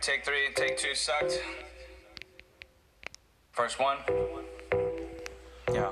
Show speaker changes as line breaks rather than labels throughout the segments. take three, take two sucked. First one. Yeah.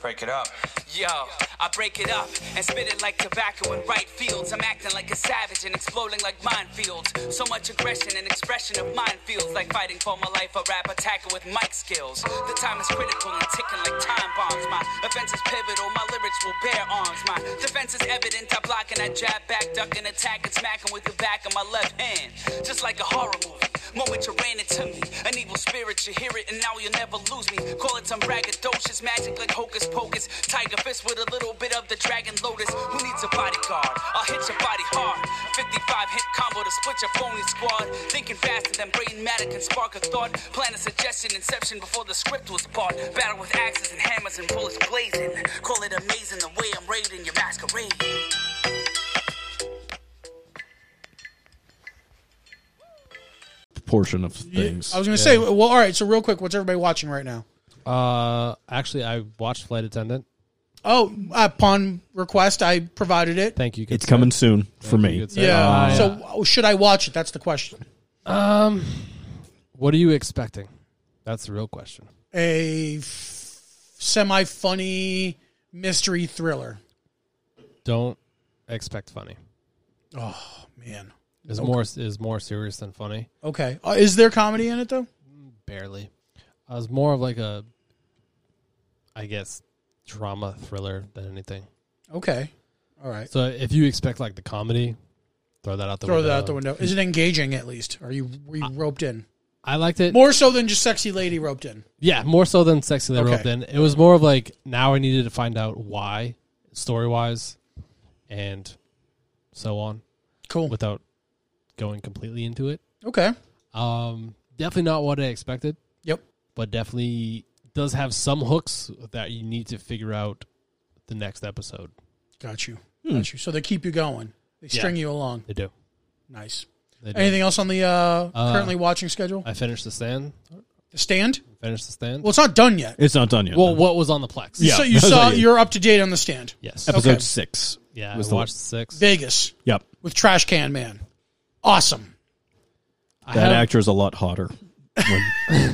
Break it up.
Yo, I break it up and spit it like tobacco in right fields. I'm acting like a savage and exploding like minefields. So much aggression and expression of mine feels like fighting for my life. A rap attacker with mic skills. The time is critical and ticking like time bombs. My offense is pivotal. My lyrics will bear arms. My defense is evident. I block and I jab back, duck and attack and smacking with the back of my left hand, just like a horror movie. Moment you ran into me, an evil spirit. You hear it and now you'll never lose me. Call it some braggadocious magic like hocus pocus. Tiger fist with a little bit of the dragon lotus. Who needs a bodyguard? I'll hit your body hard. 55 hit combo to split your phony squad. Thinking faster than brain matter can spark a thought. Plan a suggestion, inception before the script was bought. Battle with axes and hammers and bullets blazing. Call it amazing the way I'm raiding your masquerade.
portion of things.
I was gonna say, well, all right. So real quick, what's everybody watching right now?
Uh, actually, I watched Flight Attendant.
Oh, upon request, I provided it.
Thank you. good
it's
sir.
coming soon for me.
Good sir.
Yeah.
Uh,
so w- should I watch it? That's the question.
Um, what are you expecting? That's the real question.
A f- semi-funny mystery thriller.
Don't expect funny.
Man.
Is more is more serious than funny.
Okay. Uh, is there comedy in it though?
Barely. I was more of like a, I guess, drama thriller than anything.
Okay. All right.
So if you expect like the comedy, throw that out the
Throw
window.
that out the window. Is it engaging at least? Are you were you roped in
I liked it.
more so than just sexy lady roped in?
Yeah, more so than sexy they
Okay.
roped in. It was more of like now I needed to find out why, story wise, and so on,
Cool.
without going completely into it.
okay.
Um, definitely not what I expected,
Yep.
but definitely does have some hooks that you need to figure out the next episode.
Got you. Got you. So they keep you going. They string you along.
They do.
Nice.
They do.
Anything else on the uh, currently watching schedule?
I finished the stand.
The stand?
Finished the stand.
Well,
Well,
it's not done yet.
It's not done yet. though.
what was on the plex?
Yeah.
so you
that's
saw
what I-
you're up to date on the stand.
Yes.
episode
okay.
six.
Yeah. I
was
watched
the-
the six.
Vegas
Yep,
with Trash Can Man. Awesome.
I
that
have
actor is a lot hotter when,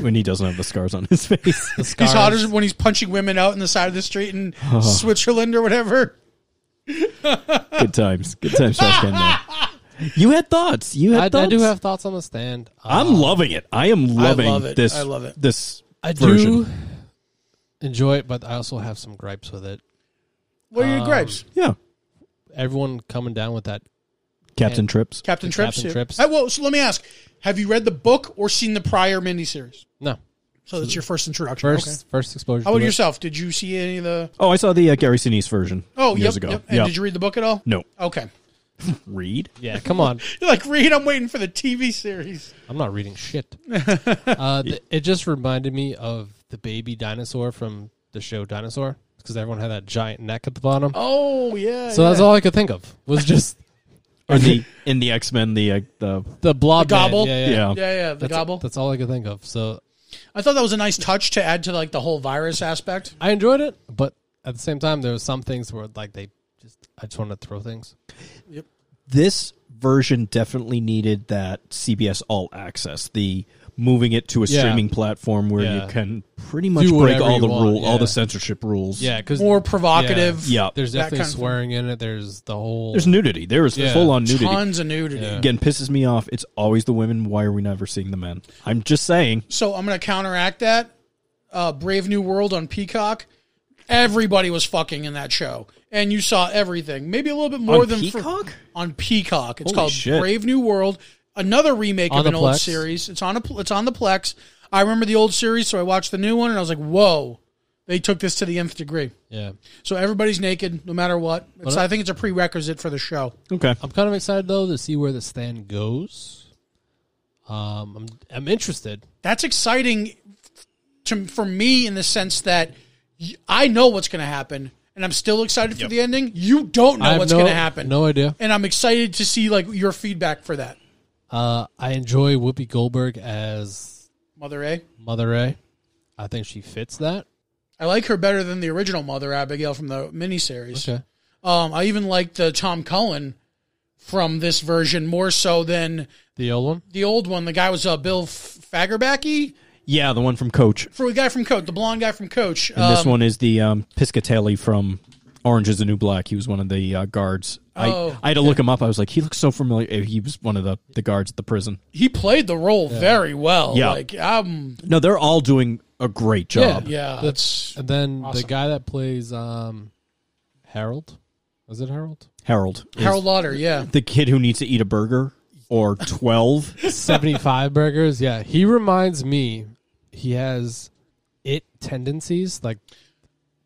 when he doesn't have the scars on his face.
the
He's
scars.
hotter when he's punching women out in the side of the street in Switzerland or whatever.
Good times. Good times, Josh Gandolfini. You had thoughts. You had
I,
thoughts.
I do have thoughts on the stand.
I'm loving it. I am loving
love it.
this.
I love it.
This
I
version.
do enjoy it, but I also have some gripes with it.
What are your gripes?
Yeah.
Everyone coming down with that.
Captain Trips.
Captain
the
Trips.
Captain
yeah.
Trips.
Uh, well, so let me ask: Have you read the book or seen the prior miniseries?
No,
So that's your first introduction.
first
okay.
first exposure.
How
to
about
it.
yourself? Did you see any of the?
Oh, I saw the uh, Gary Sinise version.
Oh,
years
yep,
ago.
yep. And
Yeah.
did you Oh. read the book at all?
No.
Okay.
Read.
Yeah, come on.
You're like, read. I'm waiting for the TV series.
I'm not reading shit. Uh, th- it just reminded me of the baby dinosaur from the show Dinosaur because everyone had that giant neck at the bottom.
Oh yeah.
so that's all I could think of was just
Or the in the X Men the uh, the
the blob
The gobble?
Man. Yeah, yeah.
yeah.
Yeah, yeah. The
That's,
gobble.
That's all I could think of. So
I thought that was a nice touch to add to like the whole virus aspect.
I enjoyed it, but at the same time, there was some things where like they just I just wanted to throw things.
This version definitely needed that CBS All Access. The moving it to a
Yeah.
streaming platform where
Yeah.
you can pretty much break
whatever
all
you
the
want,
rule, all
yeah.
the censorship rules.
Yeah, because
More provocative.
Yeah.
There's
That
definitely
kind of thing.
swearing in it. There's the whole.
There's nudity. There is
Yeah.
full on nudity.
Tons of nudity.
Again, pisses me off. It's always the women. Why are we never seeing the men? I'm just saying.
So I'm gonna counteract that. Uh, Brave New World on Peacock. Everybody was fucking in that show, and you saw everything. Maybe a little bit more
On
than for-
Peacock?
on Peacock. It's
Holy
called
shit.
Brave New World. Another remake
On
of an
the
old
Plex?
series. It's on a pl- it's on the Plex. I remember the old series, so I watched the new one, and I was like, "Whoa, they took this to the nth degree."
yeah,
So everybody's naked, no matter what. It's, I think it's a prerequisite for the show.
Okay.
I'm kind of excited though to see where the stand goes. Um, I'm I'm interested.
that's exciting to, for me in the sense that y- I know what's going to happen and I'm still excited for the ending. You don't
I
know
have
what's
no-
going to happen.
No idea.
And I'm excited to see like your feedback for that,
Uh, I enjoy Whoopi Goldberg as
Mother A.
Mother A. I think she fits that.
I like her better than the original Mother Abigail from the miniseries.
Okay.
Um, I even like the Tom Cullen from this version more so than
The old one?
the old one. The guy was uh, Bill Fagerbacky,
Yeah, the one from Coach.
for the guy from Coach, the blonde guy from Coach.
And this
Um,
one is the um, Piscatelli from Orange is the New Black. He was one of the uh, guards. I,
Oh,
I had to look him up. I was like, he looks so familiar. He was one of the, the guards at the prison.
he played the role very well.
Yeah.
Like um,
No, they're all doing a great job.
yeah,
That's and then the guy that plays um Harold. Was it Harold?
Harold. is
Harold Lauder. Yeah,
The kid who needs to eat a burger or 12.
75 burgers. Yeah, he reminds me he has it tendencies like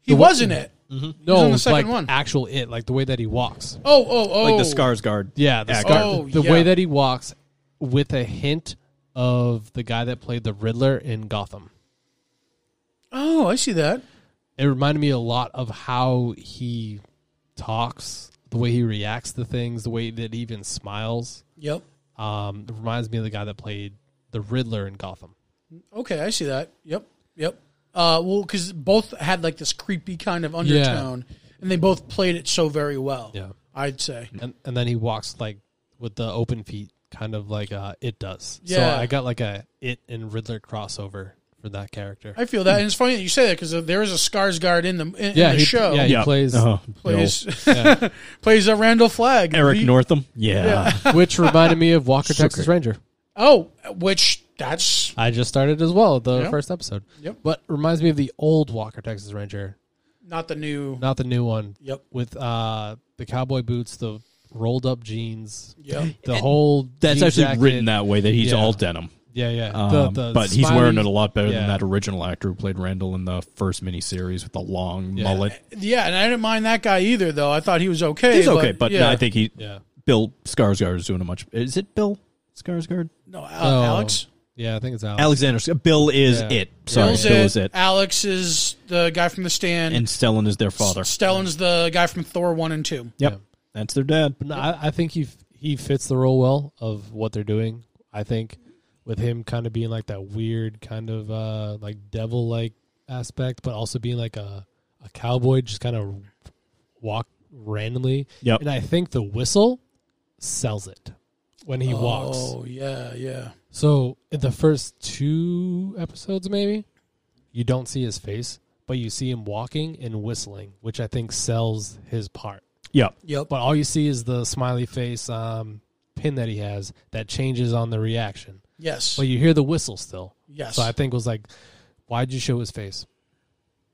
he was in it.
no,
on the
it's
second
like
one.
actual it, like the way that he walks.
Oh, oh, oh,
like the scars guard.
Yeah, the,
actor.
scar,
Oh,
the
yeah.
way that he walks with a hint of the guy that played the Riddler in Gotham.
Oh, I see that.
It reminded me a lot of how he talks, the way he reacts to things, the way that he even smiles.
Yep.
Um, it reminds me of the guy that played the Riddler in Gotham.
Okay, I see that. Yep, yep. Uh, well, because both had like this creepy kind of undertone, and they both played it so very well.
Yeah.
I'd say.
and and then he walks like with the open feet, kind of like uh, it does.
Yeah.
So I got like a it and Riddler crossover for that character.
I feel that, and it's funny that you say that because there is a Skarsgård in the in, in
yeah,
the
he,
show.
yeah, he plays,
Uh-huh.
Oh. plays plays a Randall Flagg,
Bill. Eric
The-
Northam. Yeah.
which reminded me of Walker Texas Ranger.
Oh, which that's
I just started as well the
Yeah.
first episode.
Yep.
But reminds me of the old Walker Texas Ranger,
not the new.
not the new one.
Yep.
With uh the cowboy boots, the rolled up jeans,
Yep.
the whole
That's
jean
actually
jacket.
written that way that he's
Yeah.
all denim.
Yeah, yeah. The-
Um,
the
but he's
smiley-
wearing it a lot better
yeah.
than that original actor who played Randall in the first miniseries with the long
Yeah.
mullet.
Yeah, and I didn't mind that guy either, though. I thought he was okay.
He's okay, but
yeah.
I think he
Yeah.
Bill Skarsgård is doing a much. Is it Bill Skarsgård?
no, Al-
Oh.
Alex.
Yeah, I think it's Alex.
Alexander. Sk- Bill is
Yeah.
it. Sorry,
Bill's
Bill
it.
is it.
Alex is the guy from the stand.
And Stellan is their father.
Stellan's the guy from Thor one and two.
Yep,
Yeah.
that's their dad.
No, I, I think he f- he fits the role well of what they're doing. I think with him kind of being like that weird kind of uh, like devil like aspect, but also being like a, a cowboy, just kind of walk randomly.
Yep.
And I think the whistle sells it when he walks.
Oh yeah, yeah.
So in the first two episodes, maybe you don't see his face, but you see him walking and whistling, which I think sells his part
Yep.
Yep.
but all you see is the smiley face um, pin that he has that changes on the reaction.
Yes.
But you hear the whistle still.
Yes.
So I think it was like, why'd you show his face?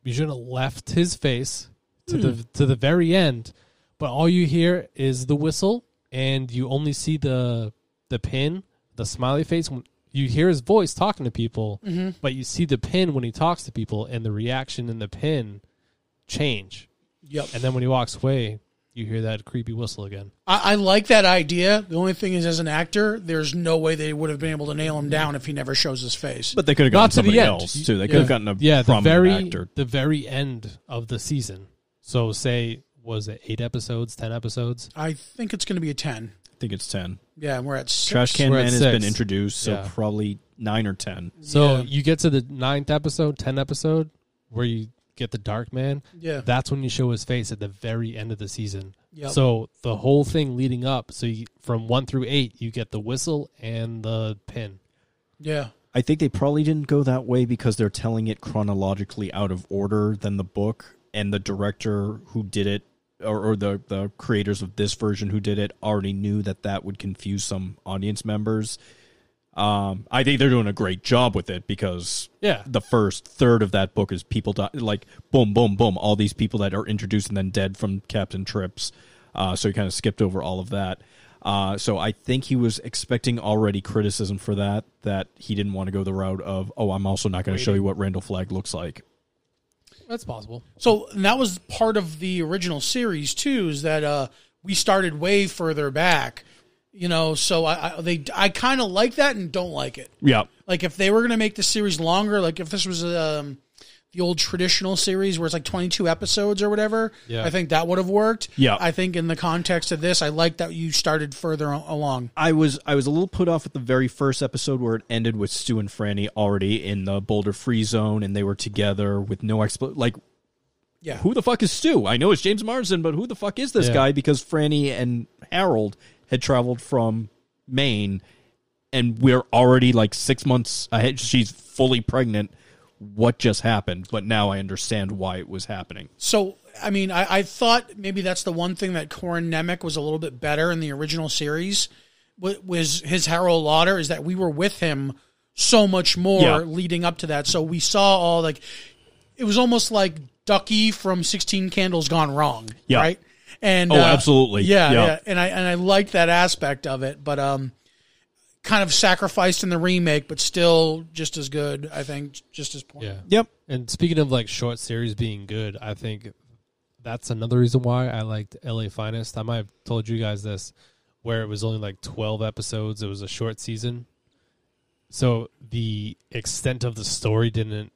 You should have left his face to the to the very end, but all you hear is the whistle, and you only see the the pin, the smiley face. When you hear his voice talking to people, but you see the pin when he talks to people, and the reaction in the pin change.
yep.
And then when he walks away, you hear that creepy whistle again.
I, I like that idea. The only thing is, as an actor, there's no way they would have been able to nail him down if he never shows his face.
But they could have gotten
Not to the
somebody
end.
else too. They could
Yeah.
have gotten a
yeah, the
prominent
very
actor.
the very end of the season. So say was it eight episodes, ten episodes?
I think it's going to be a ten.
I think it's ten.
Yeah, and we're at six.
Trash Can
We're
Man
at
has
six.
been introduced, so
Yeah.
probably nine or ten.
So
Yeah.
you get to the ninth episode, ten episode, where you get the Dark Man.
Yeah.
that's when you show his face at the very end of the season.
Yep.
So the whole thing leading up, so you, from one through eight, you get the whistle and the pin.
Yeah.
I think they probably didn't go that way because they're telling it chronologically out of order than the book, and the director who did it, or, or the the creators of this version who did it, already knew that that would confuse some audience members. Um, I think they're doing a great job with it because
Yeah.
the first third of that book is people die, like boom, boom, boom, all these people that are introduced and then dead from Captain Trips. Uh, so he kind of skipped over all of that. Uh, so I think he was expecting already criticism for that, that he didn't want to go the route of, oh, I'm also not going to show you what Randall Flagg looks like.
That's possible.
So and that was part of the original series too. Is that uh, we started way further back, you know? So I, I they I kind of like that and don't like it.
Yeah.
Like if they were going to make the series longer, like if this was um, the old traditional series where it's like 22 episodes or whatever,
Yeah.
I think that would have worked.
Yeah.
I think in the context of this, I like that you started further a- along.
I was I was a little put off at the very first episode where it ended with Stu and Franny already in the Boulder Free Zone and they were together with no expl like
Yeah.
who the fuck is Stu? I know it's James Marsden, but who the fuck is this
Yeah.
guy? Because Franny and Harold had traveled from Maine, and we're already like six months ahead. She's fully pregnant. What just happened? But now I understand why it was happening.
So, I mean, I, I thought maybe that's the one thing that Corin Nemec was a little bit better in the original series wa- was his Harold Lauder is that we were with him so much more
Yeah.
leading up to that. So we saw all like it was almost like Ducky from Sixteen Candles Gone Wrong,
Yeah.
right? And
Oh,
uh,
absolutely.
yeah,
Yeah.
yeah, And I and I liked that aspect of it, but um, kind of sacrificed in the remake, but still just as good. I think just as point.
Yeah.
Yep.
And speaking of like short series being good, I think that's another reason why I liked LA Finest. I might have told you guys this, where it was only like 12 episodes, it was a short season. So the extent of the story didn't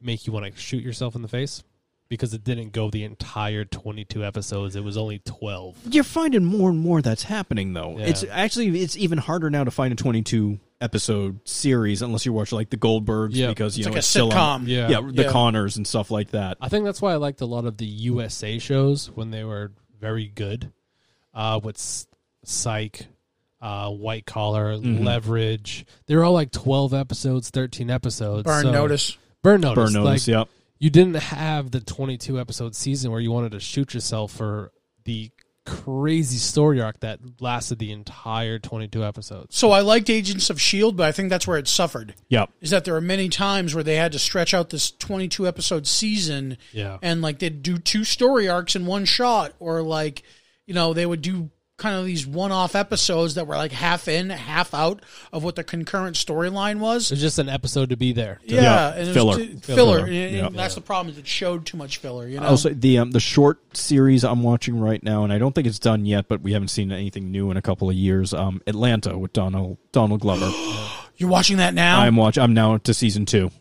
make you want to shoot yourself in the face because it didn't go the entire 22 episodes, it was only 12.
You're finding more and more that's happening though.
Yeah.
It's actually it's even harder now to find a 22 episode series unless you watch like the Goldbergs
Yeah.
because you
It's
know
like a
it's still on-
sitcom.
Yeah.
yeah, the
Yeah.
Connors and stuff like that.
I think that's why I liked a lot of the USA shows when they were very good. Uh, with S- Psych, uh, White Collar,
Mm-hmm.
Leverage. They were all like 12 episodes, 13 episodes.
Burn
so-
notice.
Burn Notice.
Burn notice,
like,
yep.
You didn't have the 22 episode season where you wanted to shoot yourself for the crazy story arc that lasted the entire 22 episodes.
So I liked Agents of Shield, but I think that's where it suffered.
Yep.
Is that there are many times where they had to stretch out this 22 episode season,
Yeah.
and like they'd do two story arcs in one shot, or like, you know, they would do kind of these one off episodes that were like half in, half out of what the concurrent storyline was.
It was just an episode to be there.
Yeah,
Yeah,
and it
filler.
was t-
Filler.
filler. And, and
Yeah.
that's the problem is it showed too much filler. You know,
Also, the um, the short series I'm watching right now, and I don't think it's done yet, but we haven't seen anything new in a couple of years. Um, Atlanta with Donald Donald Glover.
you're watching that now.
I'm watch. I'm now to season two,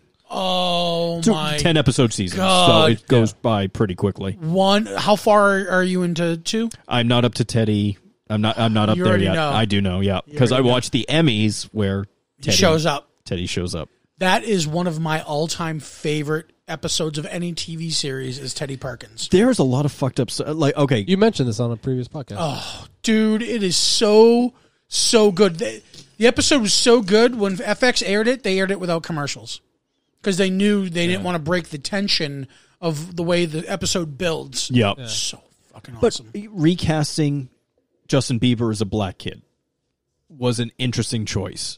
oh
Two-
my
ten episode season, so
God.
it goes by pretty quickly.
one! How far are you into two?
I'm not up to Teddy. I'm not. I'm not up
You
there
already
yet.
know.
I do know, yeah, because I watched the Emmys where Teddy
Shows up.
Teddy shows up.
That is one of my all-time favorite episodes of any TV series is Teddy Perkins.
There's a lot of fucked up. stu- Like, okay,
You mentioned this on a previous podcast.
Dude, it is so so good. The, the episode was so good when FX aired it, they aired it without commercials because they knew they didn't want to break the tension of the way the episode builds.
yeah.
So fucking
But e,
awesome.
recasting Justin Bieber as a black kid was an interesting choice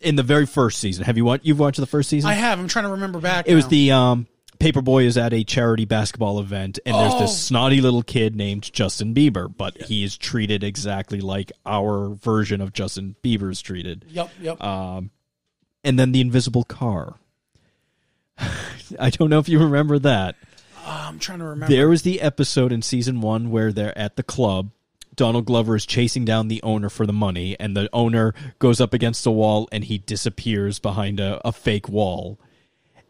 in the very first season. Have you watched? You've watched the first season?
I have. I'm trying to remember back.
it was
now.
the um, Paperboy is at a charity basketball event, and there's
Oh.
this snotty little kid named Justin Bieber, but he is treated exactly like our version of Justin Bieber is treated.
Yep, yep.
Uh, And then the invisible car. I don't know if you remember that.
Ah, I'm trying to remember.
There was the episode in season one where they're at the club. Donald Glover is chasing down the owner for the money, and the owner goes up against a wall and he disappears behind a, a fake wall.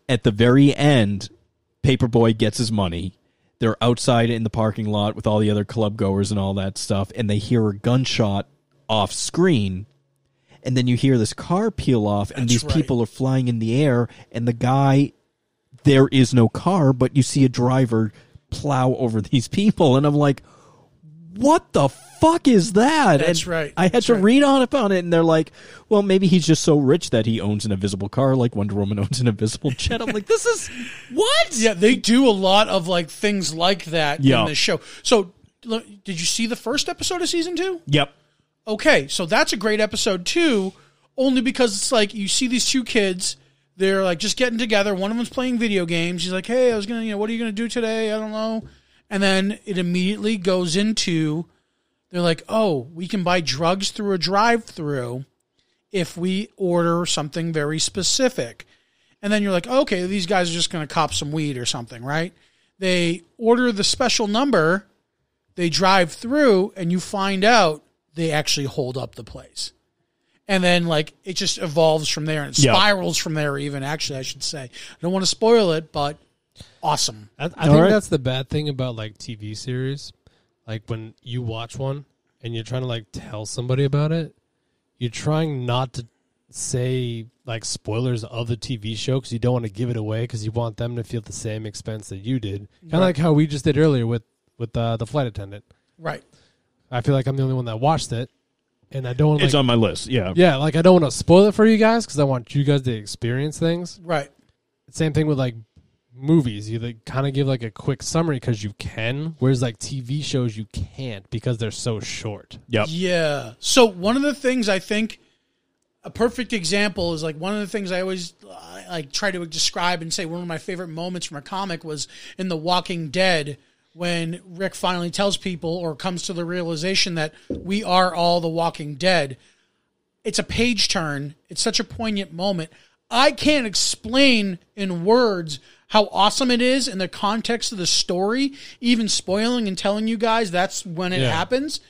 At the very end, Paperboy gets his money. They're outside in the parking lot with all the other club goers and all that stuff, and they hear a gunshot off screen. And then you hear this car peel off, and these
right.
people are flying in the air, and the guy there is no car, but you see a driver plow over these people, and I'm like, what the fuck is that?
That's
And
right.
I had
That's
to
right.
read on about it, and they're like, well, maybe he's just so rich that he owns an invisible car, like Wonder Woman owns an invisible jet. I'm like, this is what?
Yeah, they do a lot of like things like that
Yeah.
in the show. So, l- did you see the first episode of season two?
Yep.
Okay, so that's a great episode too, only because it's like you see these two kids. They're like just getting together. One of them's playing video games. He's like, "Hey, I was gonna, you know, what are you gonna do today? I don't know." And then it immediately goes into, they're like, "Oh, we can buy drugs through a drive-through if we order something very specific." And then you're like, okay, these guys are just going to cop some weed or something, right? They order the special number, they drive through, and you find out they actually hold up the place. And then, like, it just evolves from there and it
Yeah.
spirals from there, even actually, I should say. I don't want to spoil it, but awesome.
I, I think
right.
that's the bad thing about like TV series. Like when you watch one and you're trying to like tell somebody about it, you're trying not to say like spoilers of the TV show because you don't want to give it away because you want them to feel the same expense that you did. Kind of like how we just did earlier with with uh, the flight attendant.
Right.
I feel like I'm the only one that watched it, and I don't. Like,
it's on my list. Yeah.
yeah, like I don't want to spoil it for you guys because I want you guys to experience things.
Right.
Same thing with like movies. You like kind of give like a quick summary because you can, whereas like TV shows you can't because they're so short.
Yep.
Yeah. So one of the things I think a perfect example is like one of the things I always uh, like try to describe and say one of my favorite moments from a comic was in The Walking Dead when Rick finally tells people or comes to the realization that we are all the Walking Dead. It's a page turn. It's such a poignant moment. I can't explain in words how awesome it is in the context of the story, even spoiling and telling you guys that's when it
Yeah.
happens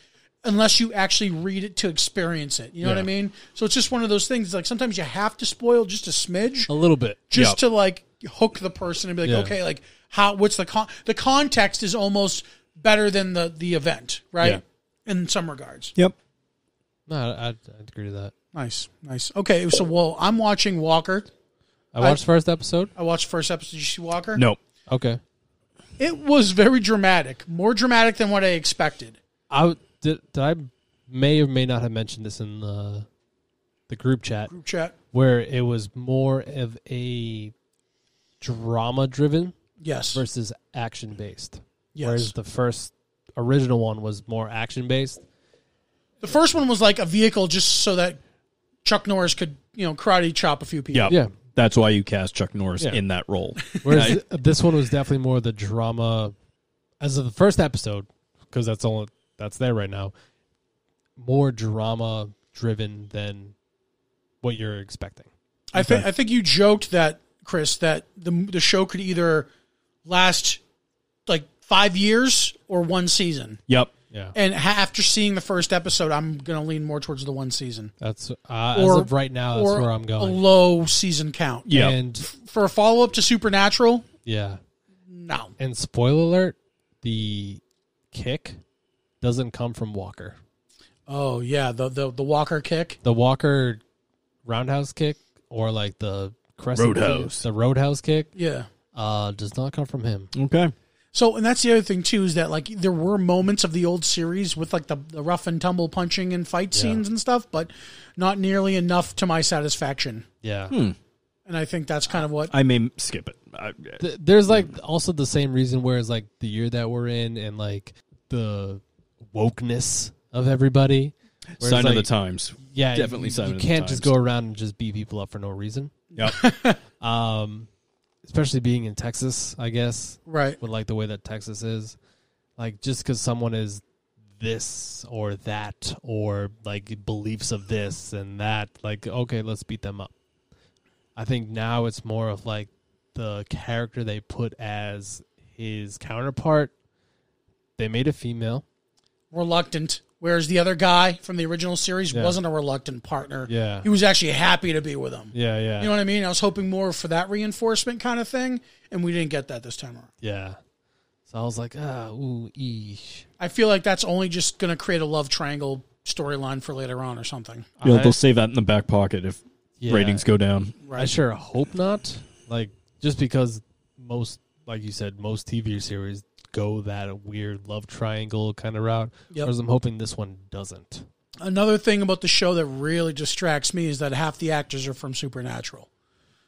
unless you actually read it to experience it. You know what I
Yeah.
mean? So it's just one of those things. Like sometimes you have to spoil just a smidge,
A little bit.
just
Yep.
to like hook the person and be like,
Oh, Yeah.
okay, like how? What's the con? The context is almost better than the the event, right? In some regards.
Yep.
No, I, I'd, I'd agree to that.
Nice, nice. Okay, so well, I'm watching Walker.
I watched first episode.
I watched the first episode. Did you see Walker?
No.
Okay.
It was very dramatic, more dramatic than what I expected.
I w- did, did. I may or may not have mentioned this in the the group chat
Group chat.
where it was more of a drama driven
Yes.
versus action based.
Yes.
Whereas the first original one was more action based.
The first one was like a vehicle just so that Chuck Norris could, you know, karate chop a few people.
Yep.
Yeah.
That's why you cast Chuck Norris
Yeah.
in that role.
Whereas th- this one was definitely more the drama as of the first episode because that's all that's there right now. More drama driven than what you're expecting.
I think I think you joked that Chris that the the show could either last like 5 years or one season.
yep.
Yeah.
And ha- after seeing the first episode, I'm going to lean more towards the one season.
That's uh, as of right now. That's
or
where I'm
A
going.
low season count.
Yeah.
And
For a follow up to Supernatural,
yeah.
no.
And spoiler alert: the kick doesn't come from Walker.
Oh yeah, the the, the Walker kick.
The Walker roundhouse kick or like the crescent
Roadhouse.
the roadhouse kick,
Yeah.
uh, does not come from him.
Okay.
So, and that's the other thing too is that like there were moments of the old series with like the, the rough and tumble punching and fight scenes and stuff, but not nearly enough to my satisfaction.
Yeah.
And I think that's kind of what
I may skip it. I,
Th- there's like also the same reason where it's like the year that we're in and like the wokeness of everybody. Where it's
sign of the
like,
times.
Yeah,
Definitely
you,
sign
You
of the
can't just
times.
go around and just beat people up for no reason.
Yep.
Um, especially being in Texas, I guess,
right.
with like the way that Texas is, like just because someone is this or that or like beliefs of this and that, like okay, let's beat them up. I think now it's more of like the character they put as his counterpart. They made a female.
Reluctant. Whereas the other guy from the original series
Yeah.
wasn't a reluctant partner.
Yeah.
He was actually happy to be with him.
Yeah, yeah,
You know what I mean? I was hoping more for that reinforcement kind of thing, and we didn't get that this time around.
yeah. So I was like, ah, ooh, eesh.
I feel like that's only just going to create a love triangle storyline for later on or something.
You know,
I-
they'll save that in the back pocket if
Yeah.
ratings go down.
I sure hope not. Like just because most, like you said, most TV series go that weird love triangle kind of route.
Yep.
Whereas I'm hoping this one doesn't.
another thing about the show that really distracts me is that half the actors are from Supernatural.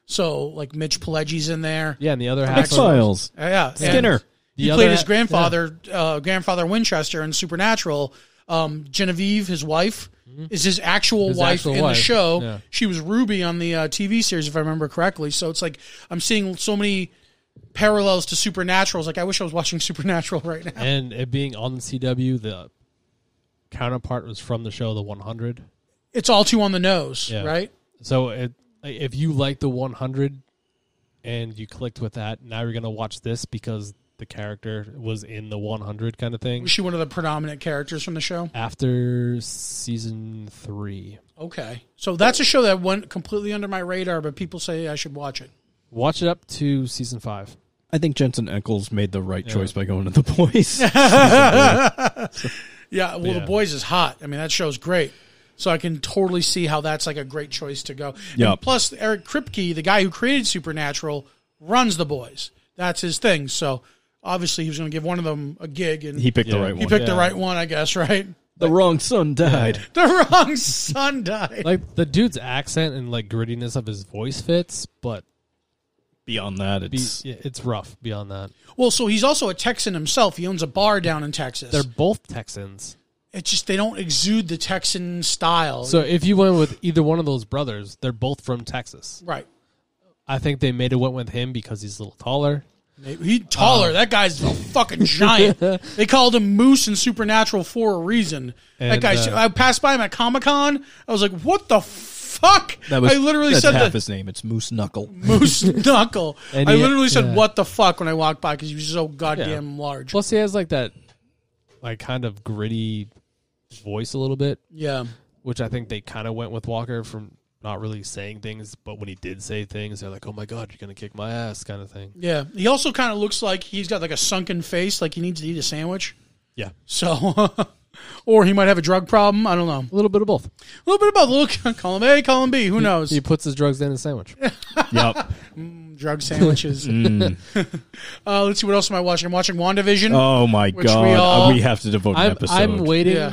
So like Mitch Pileggi's in there.
Yeah, and the other half. Are,
Exiles.
Uh, yeah. and
Skinner.
the
He
other
played his
ha-
grandfather, uh, grandfather Winchester in Supernatural. Um, Genevieve, his wife, is his actual
Mm-hmm. His
wife
actual
in
wife,
the show.
yeah.
She was Ruby on the uh, TV series, if I remember correctly. So it's like I'm seeing so many parallels to Supernatural. It's like I wish I was watching Supernatural right now.
Yeah. And it being on the CW, the counterpart was from the show The 100.
It's all too on the nose,
Yeah.
right?
So it, like, if you like The 100 and you clicked with that, now you're gonna watch this because the character was in The 100 kind of thing.
Was she one of the predominant characters from the show?
After season three,
Okay. So that's a show that went completely under my radar, but people say I should watch it.
Watch it up to season five.
I think Jensen Eccles made the right choice by going to the boys.
Yeah, well, The
Yeah.
Boys is hot. I mean, that show's great. So I can totally see how that's like a great choice to go.
Yeah.
And plus, Eric Kripke, the guy who created Supernatural, runs The Boys. That's his thing. So obviously, he was going to give one of them a gig, and
he
he,
picked the
Yeah.
right
He
one.
picked the
yeah.
right one, I guess, right?
The wrong son died.
The wrong son died.
Like the dude's accent and like grittiness of his voice fits, but
Beyond that,
be,
it's
yeah, it's rough beyond that.
Well, so he's also a Texan himself. He owns a bar down in Texas.
They're both Texans.
it's just they don't exude the Texan style.
So if you went with either one of those brothers, they're both from Texas.
right.
I think they made it went with him because he's a little taller.
He taller.
Uh,
that guy's a fucking giant. they called him Moose in Supernatural for a reason. that
And,
guy.
uh,
I passed by him at Comic Con. I was like, "What the fuck?"
that was
I literally
that's
said
half
that
his name. It's Moose Knuckle.
Moose Knuckle.
And
I
he-
literally said,
yeah.
"What the fuck?" when I walked by because he was so goddamn large.
Plus, he has like that, like kind of gritty voice a little bit,
yeah.
which I think they kind of went with Walker from not really saying things, but when he did say things, they're like, "Oh my god, you're gonna kick my ass," kind of thing.
Yeah. He also kind of looks like he's got like a sunken face, like he needs to eat a sandwich.
Yeah,
So, or he might have a drug problem. I don't know.
a little bit of both.
A little bit about little column A, column B. Who knows?
He puts his drugs in his sandwich.
yep.
Drug sandwiches. uh, let's see what else am I watching. I'm watching Wandavision.
Mm. Oh my
Which we
god. We,
all-
have to devote an
I'm,
episode.
I'm waiting.
yeah.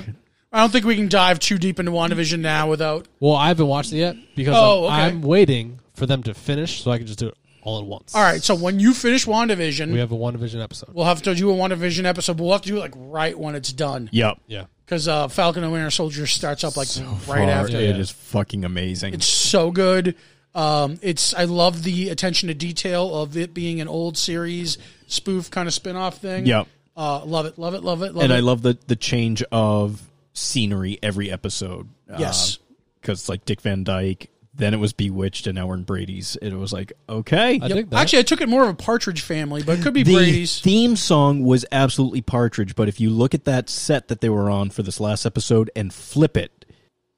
I don't think we can dive too deep into WandaVision now without.
Well, I haven't watched it yet because
Oh,
I'm,
okay.
I'm waiting for them to finish so I can just do it all at once.
All right, so when you finish WandaVision,
we have a one division episode.
we'll have to do a WandaVision episode, but we'll have to do it like right when it's done.
Yep.
yeah,
Because uh, Falcon and Winter Soldier starts up like right
Far,
after.
It
Yeah.
is fucking amazing.
It's so good. Um, it's I love the attention to detail of it being an old series spoof kind of spin off thing.
Yep.
Uh, love it, love it, love it, love
and
it.
I love the the change of scenery every episode.
Yes.
Because like Dick Van Dyke, then it was Bewitched, and now we're in Brady's. It was like okay.
I dig that.
Actually, I took it more of a Partridge Family, but it could be
the
Brady's.
theme song was absolutely partridge but if you look at that set that they were on for this last episode and flip it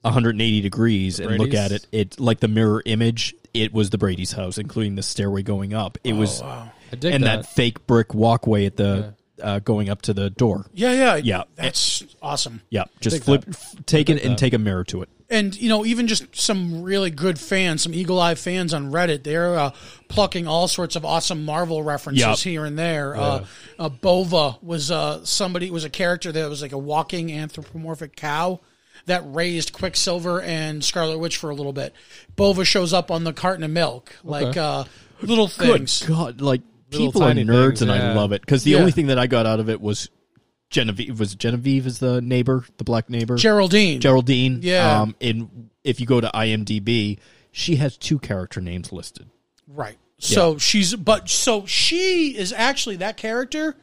180 degrees and look
Brady's?
at it it like the mirror image it was the brady's house including the stairway going up
Oh,
it was
I dig
and that.
that.
fake brick walkway at the uh, going up to the door
yeah, yeah,
Yeah.
That's awesome.
yeah just
dig
flip
that.
f- take it and
that.
take a mirror to it
And you know, even just some really good fans, some Eagle Eye fans on Reddit, they're uh, plucking all sorts of awesome Marvel references
Yep.
here and there. Uh, uh, Bova was uh, somebody was a character that was like a walking anthropomorphic cow that raised Quicksilver and Scarlet Witch for a little bit. Bova shows up on the carton of milk, like uh, little things.
god like
Little
people are
tiny
nerds
things,
and i
yeah.
love it because the
Yeah.
only thing that i got out of it was genevieve was genevieve is the neighbor the black neighbor
Geraldine.
Geraldine.
Yeah.
Um, and if you go to IMDb, she has two character names listed.
Right. So she's but so she is actually that character.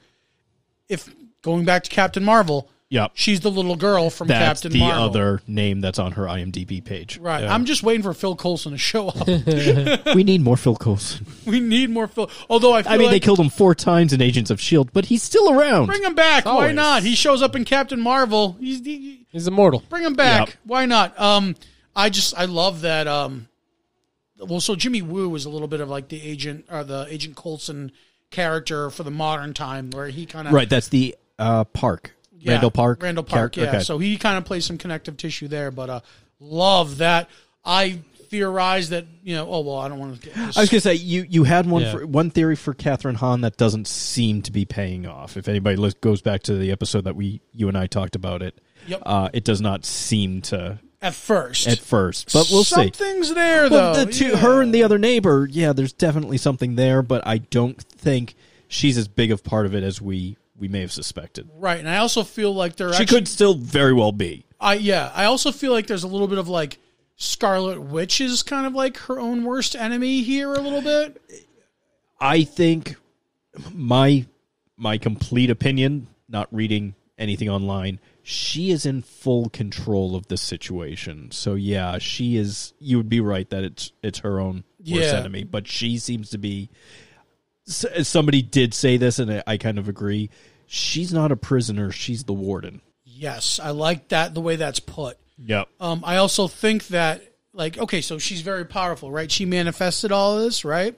If going back to Captain Marvel,
Yep.
she's the little girl from
That's
Captain
the
Marvel.
other name that's on her IMDb page.
Right. I'm just waiting for Phil Coulson to show up.
we need more Phil Coulson.
we need more Phil. Although I, feel
I mean, they
like-
killed him four times in Agents of Shield, E but he's still around.
bring him back. Why
Always.
not? He shows up in Captain Marvel. He's he,
He's immortal.
bring him back.
Yep.
Why not? Um, I just I love that. Um, well, so Jimmy Woo was a little bit of like the agent or the Agent Coulson character for the modern time, where he kind of
Right. That's the uh, Park.
Yeah,
Randall Park.
Randall Park,
Char-
yeah.
okay.
So he kind of plays some connective tissue there, but uh, love that. I theorize that you know. Oh well, I don't want to. get this.
I was gonna say you, you had one
Yeah.
for, one theory for Catherine Hahn that doesn't seem to be paying off. If anybody lis- goes back to the episode that we you and I talked about it,
Yep.
uh, it does not seem to
at first,
at first. But we'll see.
Something's there
Well,
though.
the two,
Yeah.
her and the other neighbor, yeah, there's definitely something there, but I don't think she's as big of part of it as we we may have suspected.
right, and I also feel like they're.
She
actually,
could still very well be.
I yeah. I also feel like there's a little bit of like Scarlet Witch is kind of like her own worst enemy here a little bit.
I think my my complete opinion, not reading anything online, she is in full control of the situation. So yeah, she is you would be right that it's it's her own worst
Yeah.
enemy, but she seems to be s- somebody did say this and I, I kind of agree. She's not a prisoner, she's the warden.
Yes, I like that the way that's put.
Yep.
Um, I also think that like okay, so she's very powerful, right? She manifested all this, right?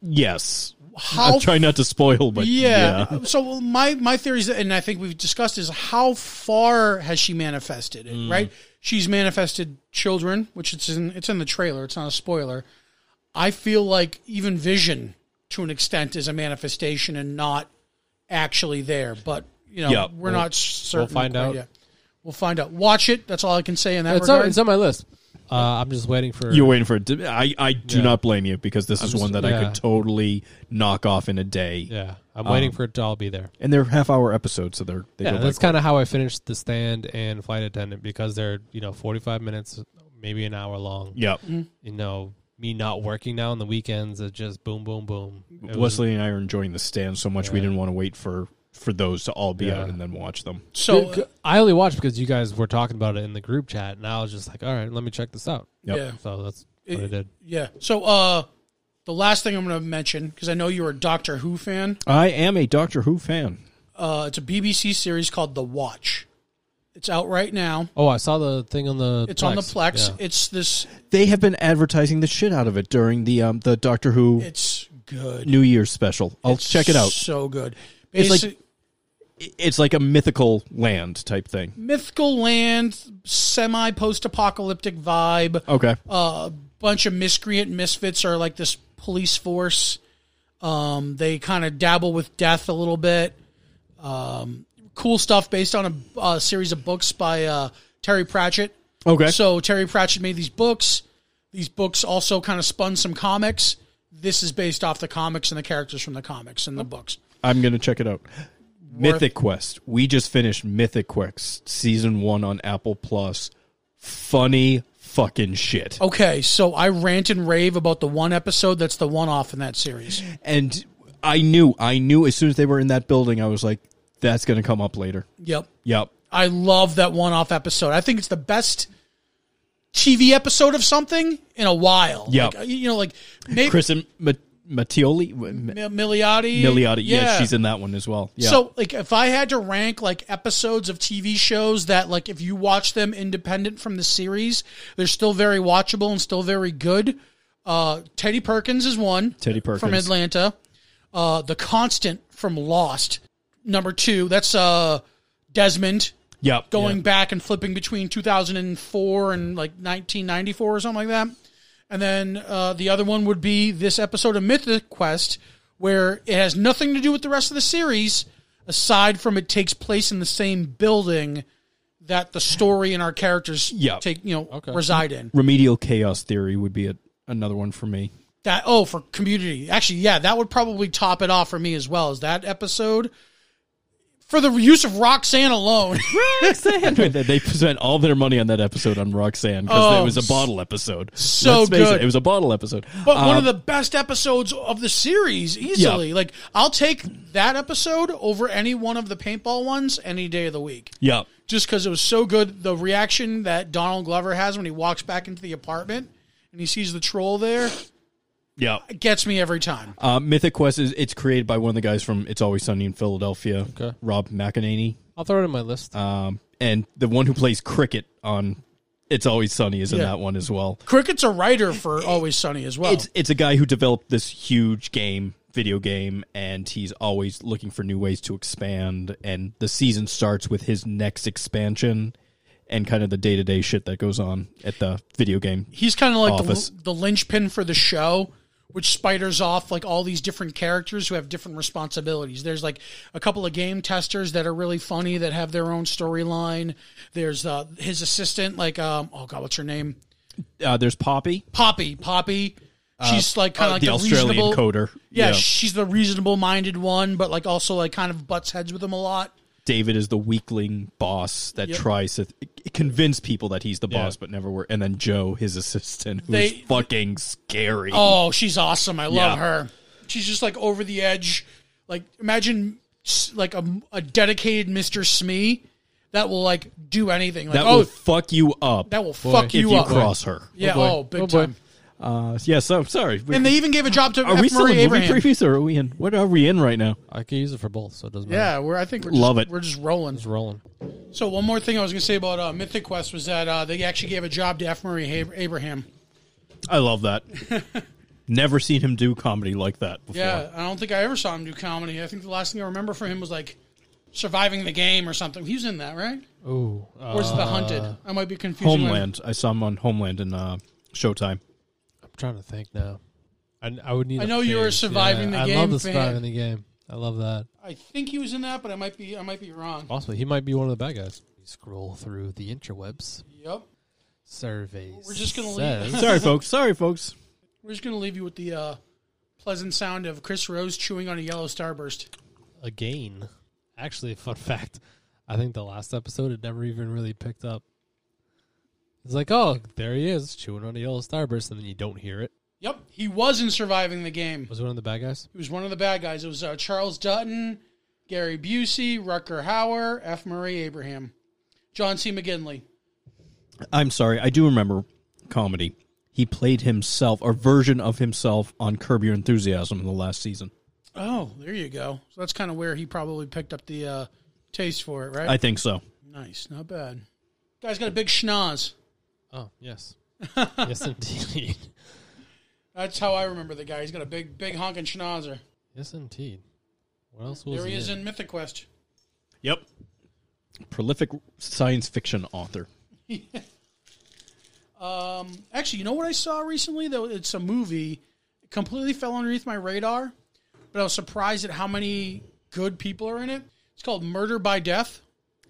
Yes.
How
I'm trying not to spoil, but
Yeah.
yeah.
So my my theories, and I think we've discussed, is how far has she manifested it?
Mm.
Right. She's manifested children, which it's in it's in the trailer. It's not a spoiler. I feel like even Vision, to an extent, is a manifestation and not actually there. But you know,
Yeah,
we're
we'll-
not certain.
find out.
Yeah. We'll find out. Watch it. That's all I can say in that
It's on,
regard.
it's on my list. Uh, I'm just waiting for
You're waiting for it. To, I I do
Yeah.
not blame you because this is
just-
one that I
yeah.
could totally knock off in a day.
Yeah, I'm waiting for it to all be there.
And they're half hour episodes, so they're Um, they
Yeah,
go
that's
by
kind of how I finished the stand and flight attendant because they're you know 45 minutes, maybe an hour long.
quick. Yep.
You know, me not working now on the weekends, it's just boom, boom, boom. It was-
Wesley and I are enjoying the stand so much we didn't want to wait for for those to all be
Yeah.
out and then watch them.
so uh,
I only watched because you guys were talking about it in the group chat, and I was just like, all right, let me check this out.
Yep.
yeah,
So that's what I did.
yeah. So uh, the last thing I'm going to mention because I know you're a Doctor Who fan.
I am a Doctor Who fan.
Uh, it's a BBC series called The Watch. It's out right now.
Oh, I saw the thing on the.
It's on the Plex.
Yeah.
It's this.
They have been advertising the shit out of it during the um the Doctor Who
It's good.
New Year's special. I'll check it out.
So good.
It's like-
Basi-
It's like a mythical land type thing.
mythical land, semi post apocalyptic vibe.
Okay.
a bunch of miscreant misfits are like this police force. Um, they kind of dabble with death a little bit. Um, cool stuff based on a, a series of books by uh, Terry Pratchett.
okay.
So Terry Pratchett made these books. These books also kind of spun some comics. This is based off the comics and the characters from the comics and the books.
I'm gonna check it out. Mythic Quest. We just finished Mythic Quest season one on Apple Plus. Funny fucking shit.
Okay, so I rant and rave about the one episode that's the one off in that series.
And I knew, I knew as soon as they were in that building, I was like, that's gonna come up later.
Yep.
Yep.
I love that one off episode. I think it's the best TV episode of something in a while.
Yeah.
Like, you know, like maybe
Chris and Ma- Mattioli, M-
Milioti.
Milioti. Yeah. she's in that one as well. Yeah.
So, like, if I had to rank like episodes of TV shows that, like, if you watch them independent from the series, they're still very watchable and still very good. Uh, Teddy Perkins is one.
Teddy
from
Perkins.
Atlanta. Uh, the Constant from Lost. Number two. That's uh, Desmond.
yep.
going
Yeah.
back and flipping between 2004 and like 1994 or something like that. And then uh, the other one would be this episode of Mythic Quest, where it has nothing to do with the rest of the series, aside from it takes place in the same building that the story and our characters
Yeah.
take you know reside in.
Remedial Chaos Theory would be a, another one for me.
That oh for Community, actually, yeah, that would probably top it off for me as well as that episode. For the use of Roxanne alone,
they they spent all their money on that episode on Roxanne because
Oh,
it was a bottle episode.
so
Let's face
good.
It, it was a bottle episode.
But one
Um,
of the best episodes of the series, easily. Like I'll take that episode over any one of the paintball ones any day of the week,
yeah.
just because it was so good. The reaction that Donald Glover has when he walks back into the apartment and he sees the troll there
Yeah.
gets me every time.
Uh, Mythic Quest is it's created by one of the guys from It's Always Sunny in Philadelphia,
Okay.
Rob McEnany.
I'll throw it in my list.
Um, and the one who plays cricket on It's Always Sunny is in
Yeah.
that one as well.
Cricket's a writer for Always Sunny as well.
It's it's a guy who developed this huge game, video game, and he's always looking for new ways to expand. And the season starts with his next expansion, and kind of the day to day shit that goes on at the video game.
He's kind of like
Office.
the, the linchpin for the show, which spiders off like all these different characters who have different responsibilities. There's like a couple of game testers that are really funny that have their own storyline. There's uh, his assistant, like um, oh god, what's her name?
Uh, there's Poppy,
Poppy. Poppy. She's like kind of
uh,
like
the,
the,
Australian
reasonable,
coder.
Yeah, she's the reasonable minded one, but like also like kind of butts heads with him a lot.
David is the weakling boss that
Yep.
tries to convince people that he's the
Yeah.
boss, but never were. And then Joe, his assistant, who's
They-
fucking scary.
Oh, she's awesome. I love
Yeah.
her. She's just like over the edge. Like imagine s- like a, a dedicated Mr. Smee that will like do anything. Like
that
oh,
will fuck you up.
that will
Boy,
fuck
if
you,
you
up.
cross her.
yeah,
Oh, boy.
oh, big
Oh, boy.
time.
Uh, yeah, so sorry. We-
And they even gave a job to
Are
F.
we still
Murray
in movie
Abraham.
previews, or are we in? What are we in right now?
I can use it for both, so it doesn't matter.
Yeah, we're I think we're just,
Love it.
We're just rolling.
It's rolling.
So one more thing I was gonna say about uh, Mythic Quest was that uh, they actually gave a job to F. Murray Ab- Abraham.
I love that. Never seen him do comedy like that before.
Yeah, I don't think I ever saw him do comedy. I think the last thing I remember from him was like surviving the game or something. He was in that, right?
Ooh. Uh,
Or is it The Hunted? I might be confusing. my-
Homeland. I saw him on Homeland in uh, Showtime.
I'm trying to think now. I, I would need.
I
a
know you were
phase.
surviving
Yeah,
the
I love
game
the
fan.
surviving the game. I love that.
I think he was in that, but I might be I might be wrong.
Also, he might be one of the bad guys. We scroll through the interwebs.
Yep.
Surveys.
We're just gonna leave-
says,
Sorry, folks. Sorry, folks.
We're just gonna leave you with the uh, pleasant sound of Chris Rose chewing on a yellow starburst.
again. Actually, fun fact. I think the last episode it never even really picked up. It's like, oh, there he is chewing on a yellow starburst, and then you don't hear it.
Yep, he was in surviving the game.
Was it one of the bad guys?
He was one of the bad guys. It was uh, Charles Dutton, Gary Busey, Rucker Hauer, F. Murray Abraham, John C. McGinley.
I'm sorry. I do remember comedy. He played himself, or version of himself, on Curb Your Enthusiasm in the last season.
Oh, there you go. So that's kind of where he probably picked up the uh, taste for it, right?
I think so.
nice, not bad. Guy's got a big schnoz.
Oh, yes. yes, indeed.
That's how I remember the guy. He's got a big, big honking schnozzer.
Yes, indeed. What else was
There he
he
is in Mythic Quest.
Yep. Prolific science fiction author.
Actually, you know what I saw recently? Though it's a movie, it completely fell underneath my radar, but I was surprised at how many good people are in it. It's called Murder by Death.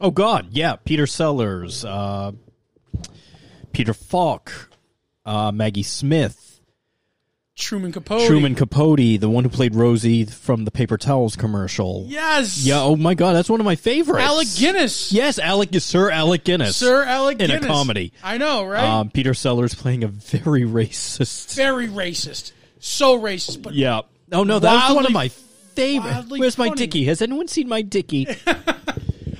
Oh God, yeah, Peter Sellers, uh, Peter Falk, uh, Maggie Smith,
Truman Capote.
Truman Capote, the one who played Rosie from the paper towels commercial.
Yes.
Yeah. Oh my God, that's one of my favorites.
Alec Guinness.
Yes, Alec Sir Alec Guinness.
Sir Alec
In a
Guinness.
comedy.
I know, right?
Um, Peter Sellers playing a very racist.
Very racist. So racist. But
Yeah. Oh no, that was one of
Wildly-
my favorite.
wildly
Where's my
funny.
Dickie? Has anyone seen my Dickie?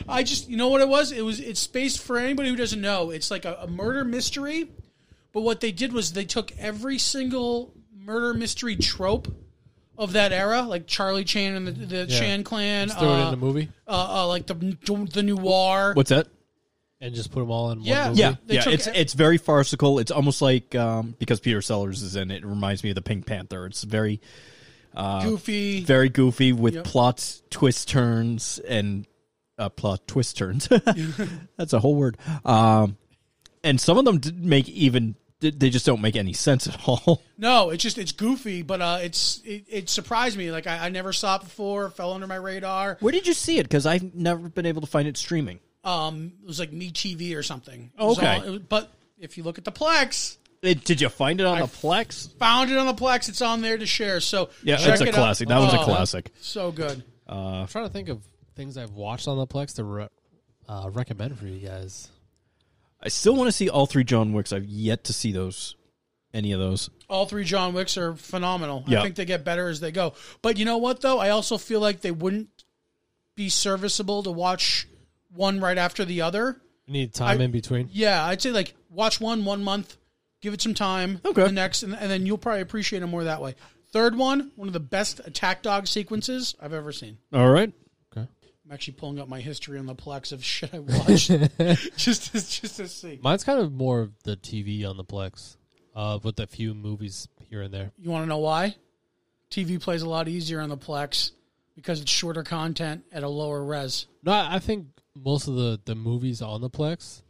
I just, you know what it was? It was it's spaced for anybody who doesn't know. It's like a, a murder mystery, but what they did was they took every single murder mystery trope of that era, like Charlie Chan and the, the
Yeah.
Chan Clan,
Just throw it in
uh,
the movie
uh, uh, like the the noir.
What's that?
and just put them all in
Yeah.
one movie.
Yeah,
They
yeah.
took
It's
e-
it's very farcical. It's almost like um, because Peter Sellers is in it, it reminds me of the Pink Panther. It's very
Goofy.
very goofy with
Yep.
plots, twist turns, and uh, plot twist turns. That's a whole word. Um, and some of them didn't make even they- they just don't make any sense at all.
No, it's just it's goofy, but uh, it's it, it surprised me. Like I, I never saw it before, fell under my radar.
Where did you see it? Because I've never been able to find it streaming.
Um, it was like Me TV or something. It
Oh,
was
okay.
all- it was- but if you look at the Plex,
It, did you find it on the Plex?
found it on the Plex. It's on there to share. So
Yeah,
check
it's a
it out.
classic. That one's a
Oh,
classic.
So good.
I'm trying to think of things I've watched on the Plex to re- uh, recommend for you guys.
I still want to see all three John Wicks. I've yet to see those, any of those.
All three John Wicks are phenomenal.
Yeah.
I think they get better as they go. But you know what though? I also feel like they wouldn't be serviceable to watch one right after the other.
You need time
I-
in between.
Yeah, I'd say like watch one one month, give it some time.
Okay.
The next, and, and then you'll probably appreciate them more that way. Third one, one of the best attack dog sequences I've ever seen.
All right.
I'm actually pulling up my history on the Plex of shit I watched just to, just to see.
Mine's kind of more of the TV on the Plex, uh, with a few movies here and there.
You want to know why? TV plays a lot easier on the Plex because it's shorter content at a lower res.
No, I I think most of the, the movies on the Plex,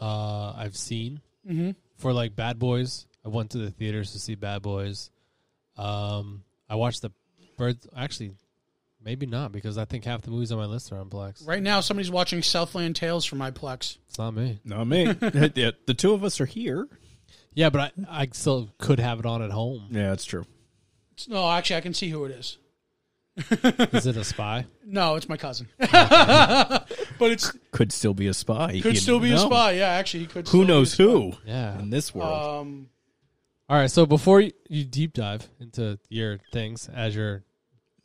uh, I've seen for like Bad Boys. I went to the theaters to see Bad Boys. Um, I watched the birds. Actually, maybe not because I think half the movies on my list are on Plex.
Right now, somebody's watching Southland Tales from my Plex.
It's not me.
Not me. the, the two of us are here.
Yeah, but I, I still could have it on at home.
Yeah, that's true.
It's- No, actually, I can see who it is.
Is it a spy?
No, it's my cousin. but it's
Could still be a spy.
could
You
still be a
know.
spy. Yeah, actually, he could.
Who knows who
Yeah.
in this world?
Um,
All right. So before you, you deep dive into your things as you're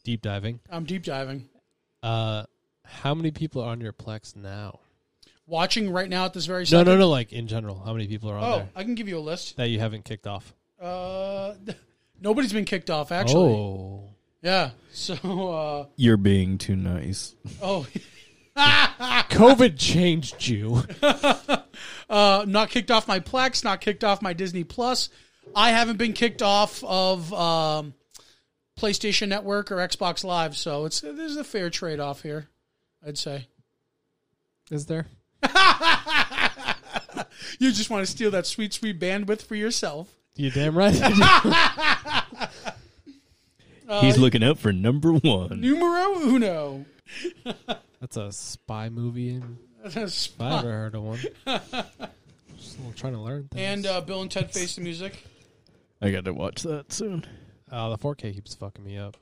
deep diving,
I'm deep diving.
uh, how many people are on your Plex now?
Watching right now at this very
No,
second.
no, no. Like in general, how many people are on
Oh,
there
I can give you a list.
that you haven't kicked off?
Uh, nobody's been kicked off actually.
oh,
Yeah. So, uh,
You're being too nice.
oh,
COVID changed you.
uh, not kicked off my Plex, not kicked off my Disney Plus. I haven't been kicked off of um, PlayStation Network or Xbox Live, so it's there's a fair trade off here, I'd say.
Is there?
You just want to steal that sweet, sweet bandwidth for yourself.
You damn right.
He's looking out for number one.
Numero uno.
That's a spy movie in If I ever heard of one. Just a little trying to learn things.
and uh, Bill and Ted Face the Music.
I got to watch that soon.
Uh, the 4K keeps fucking me up.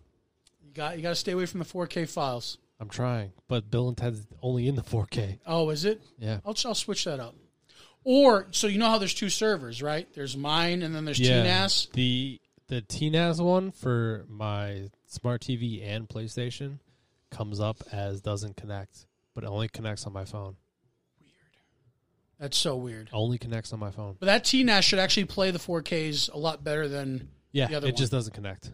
You got you got to stay away from the 4K files.
I'm trying, but Bill and Ted's only in the 4K.
Oh, is it?
Yeah.
I'll I'll switch that up. Or so you know how there's two servers, right? There's mine and then there's
yeah.
TNAS.
The the TNAS one for my smart TV and PlayStation comes up as doesn't connect, but it only connects on my phone.
That's so weird.
Only connects on my phone.
But that TNAS should actually play the 4Ks a lot better than
Yeah,
the
it
other one.
just doesn't connect.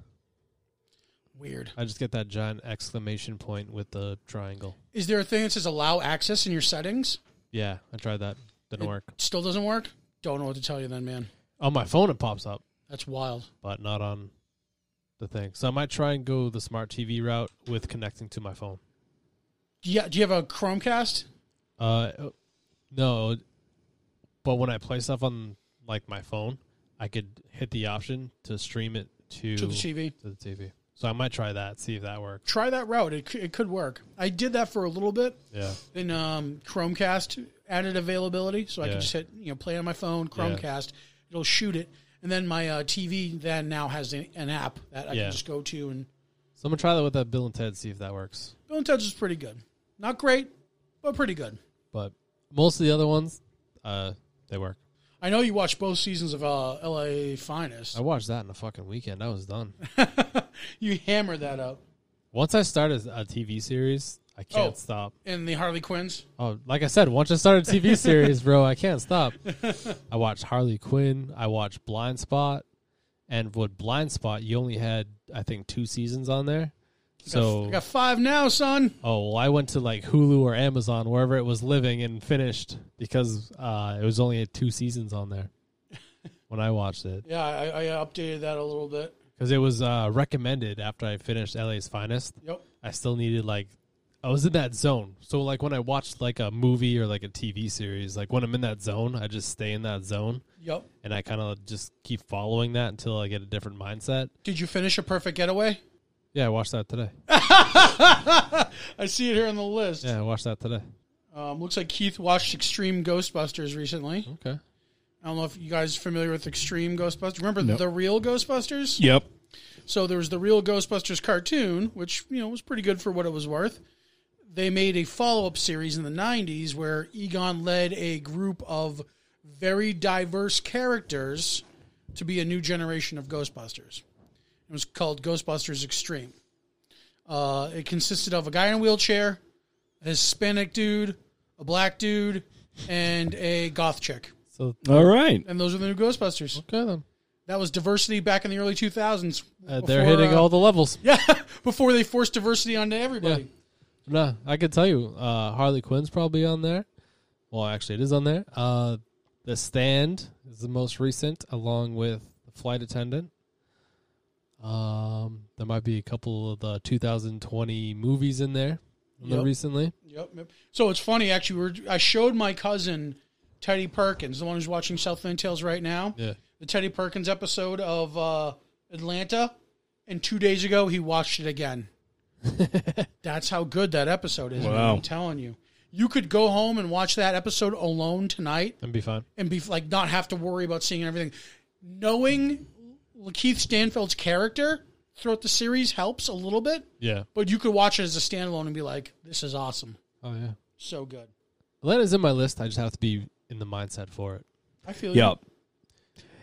weird.
I just get that giant exclamation point with the triangle.
Is there a thing that says allow access in your settings?
Yeah, I tried that. Didn't work.
Still doesn't work. Don't know what to tell you then, man.
On my phone, it pops up,
That's wild.
but not on the thing. So I might try and go the smart TV route with connecting to my phone.
Do you, do you have a Chromecast?
Uh, no, but when I play stuff on like my phone, I could hit the option to stream it to,
To the TV.
To the TV. So I might try that, see if that works.
Try that route. It, c- it could work. I did that for a little bit.
Yeah,
Then um, Chromecast added availability, so I
Yeah.
could just hit you know play on my phone. Chromecast, it'll shoot it, and then my uh, TV then now has an, an app that I
Yeah.
can just go to. And
so I'm gonna try that with that Bill and Ted, see if that works.
Bill and Ted's is pretty good. Not great, but pretty good.
But most of the other ones, uh, they work.
I know you watched both seasons of uh, L.A. Finest.
I watched that in a fucking weekend. I was done.
You hammered that up.
once I start a, a TV series, I can't
Oh.
stop.
And the Harley Quinns.
Oh, like I said, once I start a TV series, bro, I can't stop. I watched Harley Quinn. I watched Blind Spot. And with Blind Spot, you only had, I think, two seasons on there. So,
I got five now, son.
oh, well, I went to like Hulu or Amazon, wherever it was living, and finished because uh, it was only two seasons on there when I watched it.
Yeah, I, I updated that a little bit.
Because it was uh, recommended after I finished LA's Finest.
Yep.
I still needed like I was in that zone. So like when I watched like a movie or like a TV series, like when I'm in that zone, I just stay in that zone
Yep.
and I kind of just keep following that until I get a different mindset.
Did you finish a perfect getaway?
Yeah, I watched that today.
I see it here on the list.
Yeah, I watched that today.
Um, looks like Keith watched Extreme Ghostbusters recently.
Okay.
I don't know if you guys are familiar with Extreme Ghostbusters. Remember the real Ghostbusters?
Yep.
So there was the real Ghostbusters cartoon, which you know was pretty good for what it was worth. They made a follow-up series in the '90s where Egon led a group of very diverse characters to be a new generation of Ghostbusters. It was called Ghostbusters Extreme. Uh, it consisted of a guy in a wheelchair, a Hispanic dude, a black dude, and a goth chick.
So
All right.
And those are the new Ghostbusters.
okay then.
That was diversity back in the early 2000s.
Uh, they're
before,
hitting
uh,
all the levels.
yeah, before they forced diversity onto everybody.
No, I could tell you, uh, Harley Quinn's probably on there. Well, actually, it is on there. Uh, the Stand is the most recent, along with the Flight Attendant. Um, there might be a couple of the 2020 movies in there you know,
Yep.
recently.
Yep, yep. So it's funny actually. we We're, I showed my cousin Teddy Perkins, the one who's watching Southland Tales right now,
Yeah,
the Teddy Perkins episode of uh, Atlanta, and two days ago he watched it again. That's how good that episode is. man,
Wow.
I'm telling you, you could go home and watch that episode alone tonight
that'd be fun.
and be like not have to worry about seeing everything. Knowing Keith Stanfield's character throughout the series helps a little bit.
Yeah.
But you could watch it as a standalone and be like, "This is awesome,
Oh yeah.
so good."
Atlanta's in my list. I just have to be in the mindset for it.
I feel
Yeah.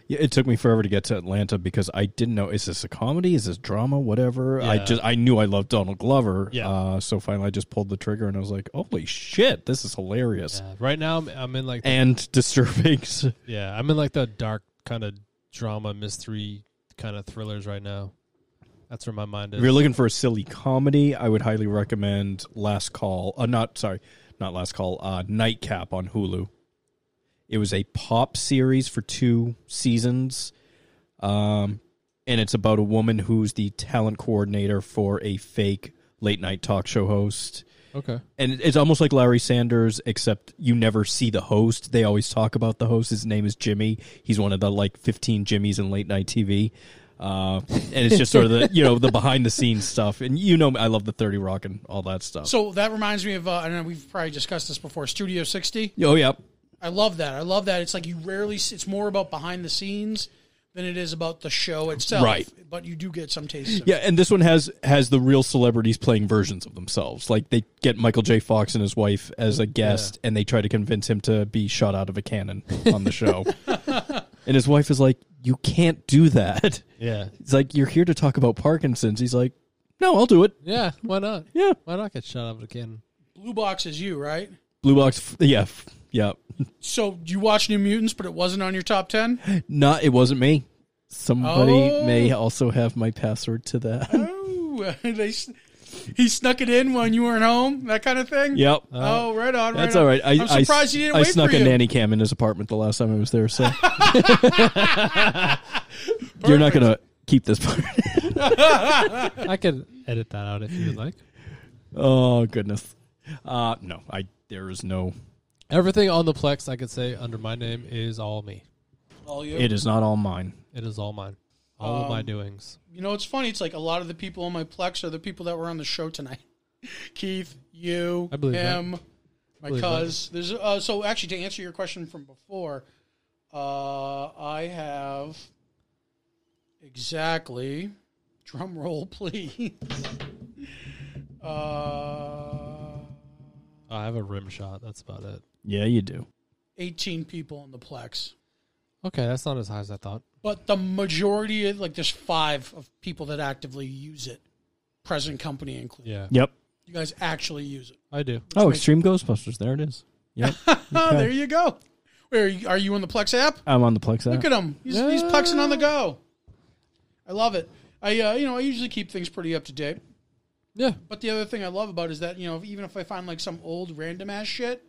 Yeah, it took me forever to get to Atlanta because I didn't know is this a comedy, is this drama, whatever. I
Yeah.
just I knew I loved Donald Glover.
Yeah.
Uh, so finally, I just pulled the trigger and I was like, "Holy shit, this is hilarious
Yeah. Right now, I'm, I'm in like the,
and disturbing."
yeah, I'm in like the dark kind of drama, mystery kind of thrillers right now. That's where my mind is.
If you're looking for a silly comedy, I would highly recommend Last Call. Uh, not sorry, not Last Call. Uh, Nightcap on Hulu. It was a pop series for two seasons, um, and it's about a woman who's the talent coordinator for a fake late night talk show host.
Okay.
And it- it's almost like Larry Sanders, except you never see the host. They always talk about the host. His name is Jimmy. He's one of the like 15 Jimmys in late night TV. Uh, and it's just sort of the you know the behind the scenes stuff, and you know I love the Thirty Rock and all that stuff.
So that reminds me of, uh, I don't know, we've probably discussed this before, Studio 60.
oh yeah,
I love that. I love that. It's like you rarely, s- it's more about behind the scenes than it is about the show itself.
Right.
But you do get some taste of it.
yeah, and this one has has the real celebrities playing versions of themselves. Like they get Michael J. Fox and his wife as a guest, and they try to convince him to be shot out of a cannon on the show. and his wife is like, "You can't do that."
Yeah.
It's like you're here to talk about Parkinson's. He's like, "No, I'll do it."
Yeah. Why not?
Yeah,
Why not get shot out of a cannon?
Blue Box is you, right?
Blue Box. f- Yeah, f- yeah.
So you watch New Mutants, but it wasn't on your top 10?
Not. It wasn't me. Somebody
Oh.
may also have my password to that.
Ooh, they, s- he snuck it in when you weren't home, that kind of thing?
Yep.
Oh, right on. Right
That's
on.
all right. I,
I'm
I s-
surprised you didn't
I
wait
snuck
for
a
you.
nanny cam in his apartment the last time I was there. So you're not gonna keep this part.
I could edit that out if you'd like.
oh goodness. Uh, no, I. There is no.
Everything on the Plex, I could say under my name is all me.
All you.
It is not all mine.
It is all mine. All of my doings.
You know, it's funny. It's like a lot of the people on my Plex are the people that were on the show tonight. Keith, you,
I believe that.
him, my
believe that.
cuz. There's uh, so actually to answer your question from before, uh, I have exactly drum roll, please. uh,
I have a rim shot. That's about it.
Yeah, you do.
18 people on the Plex.
Okay, that's not as high as I thought.
But the majority, of, like there's five of people that actively use it, present company included.
Yeah,
Yep.
You guys actually use it.
I do.
Oh, Extreme Ghostbusters. There it is. Yep.
Oh,
Okay.
there you go. Where are you, are you on the Plex app?
I'm on the Plex app.
Look at him. He's, he's plexing on the go. I love it. I uh, you know I usually keep things pretty up to date.
Yeah,
But the other thing I love about is that you know even if I find like some old random ass shit,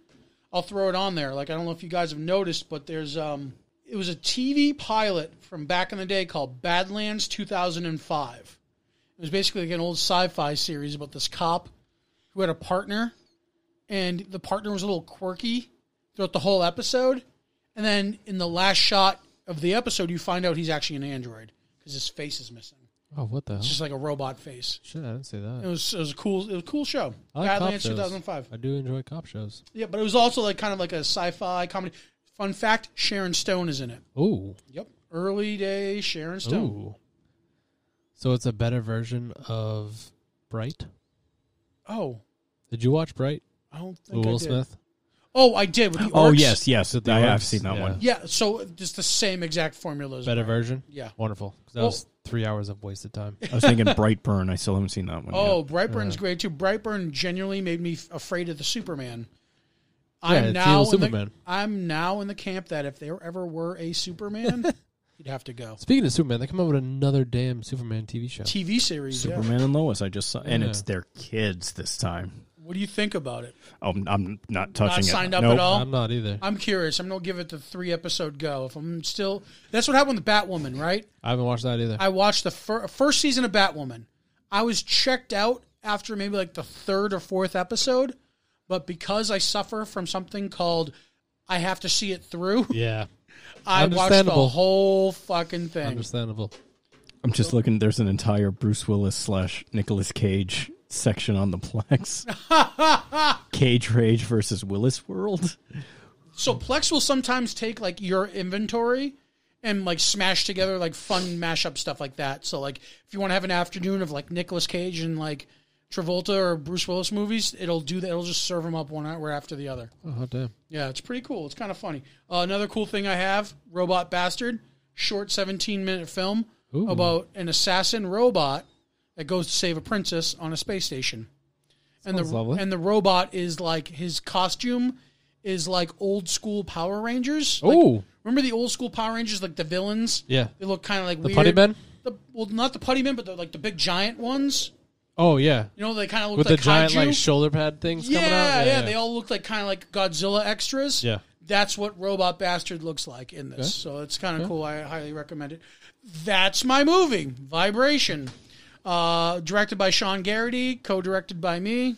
I'll throw it on there. Like I don't know if you guys have noticed, but there's um it was a TV pilot from back in the day called Badlands 2005. It was basically like an old sci-fi series about this cop who had a partner, and the partner was a little quirky throughout the whole episode. And then in the last shot of the episode, you find out he's actually an android because his face is missing.
Oh, what the hell?
It's just like a robot face.
Shit, I didn't see
It
that.
was it was a cool it was a cool show.
I like
Badlands
cop shows.
2005.
I do enjoy cop shows.
Yeah, but it was also like kind of like a sci-fi comedy. Fun fact: Sharon Stone is in it.
Ooh,
Yep, early day Sharon Stone.
ooh. So it's a better version of Bright.
Oh,
Did you watch Bright?
I don't think I
Will
did.
Smith.
Oh, I did. With the
Oh
orcs.
yes, yes.
With the
I have
orcs?
seen that
Yeah.
one.
Yeah, so just the same exact formula. as
Better
mine.
version.
Yeah.
Wonderful. 'Cause that
Well-
was three hours of wasted time.
I was thinking Brightburn. I still haven't seen that one. yet.
Oh, Brightburn's great too. Brightburn genuinely made me f- afraid of the Superman.
Yeah,
I'm
it's
now
evil
in the-
Superman.
I'm now in the camp that if there ever were a Superman, you'd have to go.
Speaking of Superman, they come out with another damn Superman TV show.
TV series. yeah.
Superman and Lois. I just saw, and
Yeah.
it's their kids this time.
What do you think about it?
Um, I'm not touching
Not
it.
signed up
Nope.
at all.
I'm not either.
I'm curious. I'm gonna give it the three episode go. If I'm still, that's what happened with Batwoman, right?
I haven't watched that either.
I watched the fir- first season of Batwoman. I was checked out after maybe like the third or fourth episode, but because I suffer from something called I have to see it through,
yeah,
I watched the
Understandable.
whole fucking thing.
understandable.
I'm just looking. There's an entire Bruce Willis slash Nicolas Cage section on the Plex. Cage Rage versus Willis World.
So Plex will sometimes take like your inventory and like smash together like fun mashup stuff like that. So like if you want to have an afternoon of like Nicolas Cage and like Travolta or Bruce Willis movies, it'll do that. It'll just serve them up one hour after the other.
Oh damn.
Yeah, it's pretty cool. It's kind of funny. Uh, another cool thing I have: Robot Bastard, short seventeen minute film about an assassin robot that goes to save a princess on a space station. And the
Sounds lovely.
and the robot is like his costume is like old school Power Rangers. Like,
Ooh.
remember the old school Power Rangers, like the villains?
Yeah.
they look kind of like
The
weird.
putty men.
The, well, not the putty men, but the, like the big giant ones.
Oh yeah,
You know, they kind of look
with
like
the giant
kaiju.
like shoulder pad things
Yeah,
coming out.
yeah, They all look like kind of like Godzilla extras.
Yeah.
That's what Robot Bastard looks like in this. So it's kind of cool. I highly recommend it. That's my movie, Vibration. Uh, directed by Sean Garrity, co directed by me.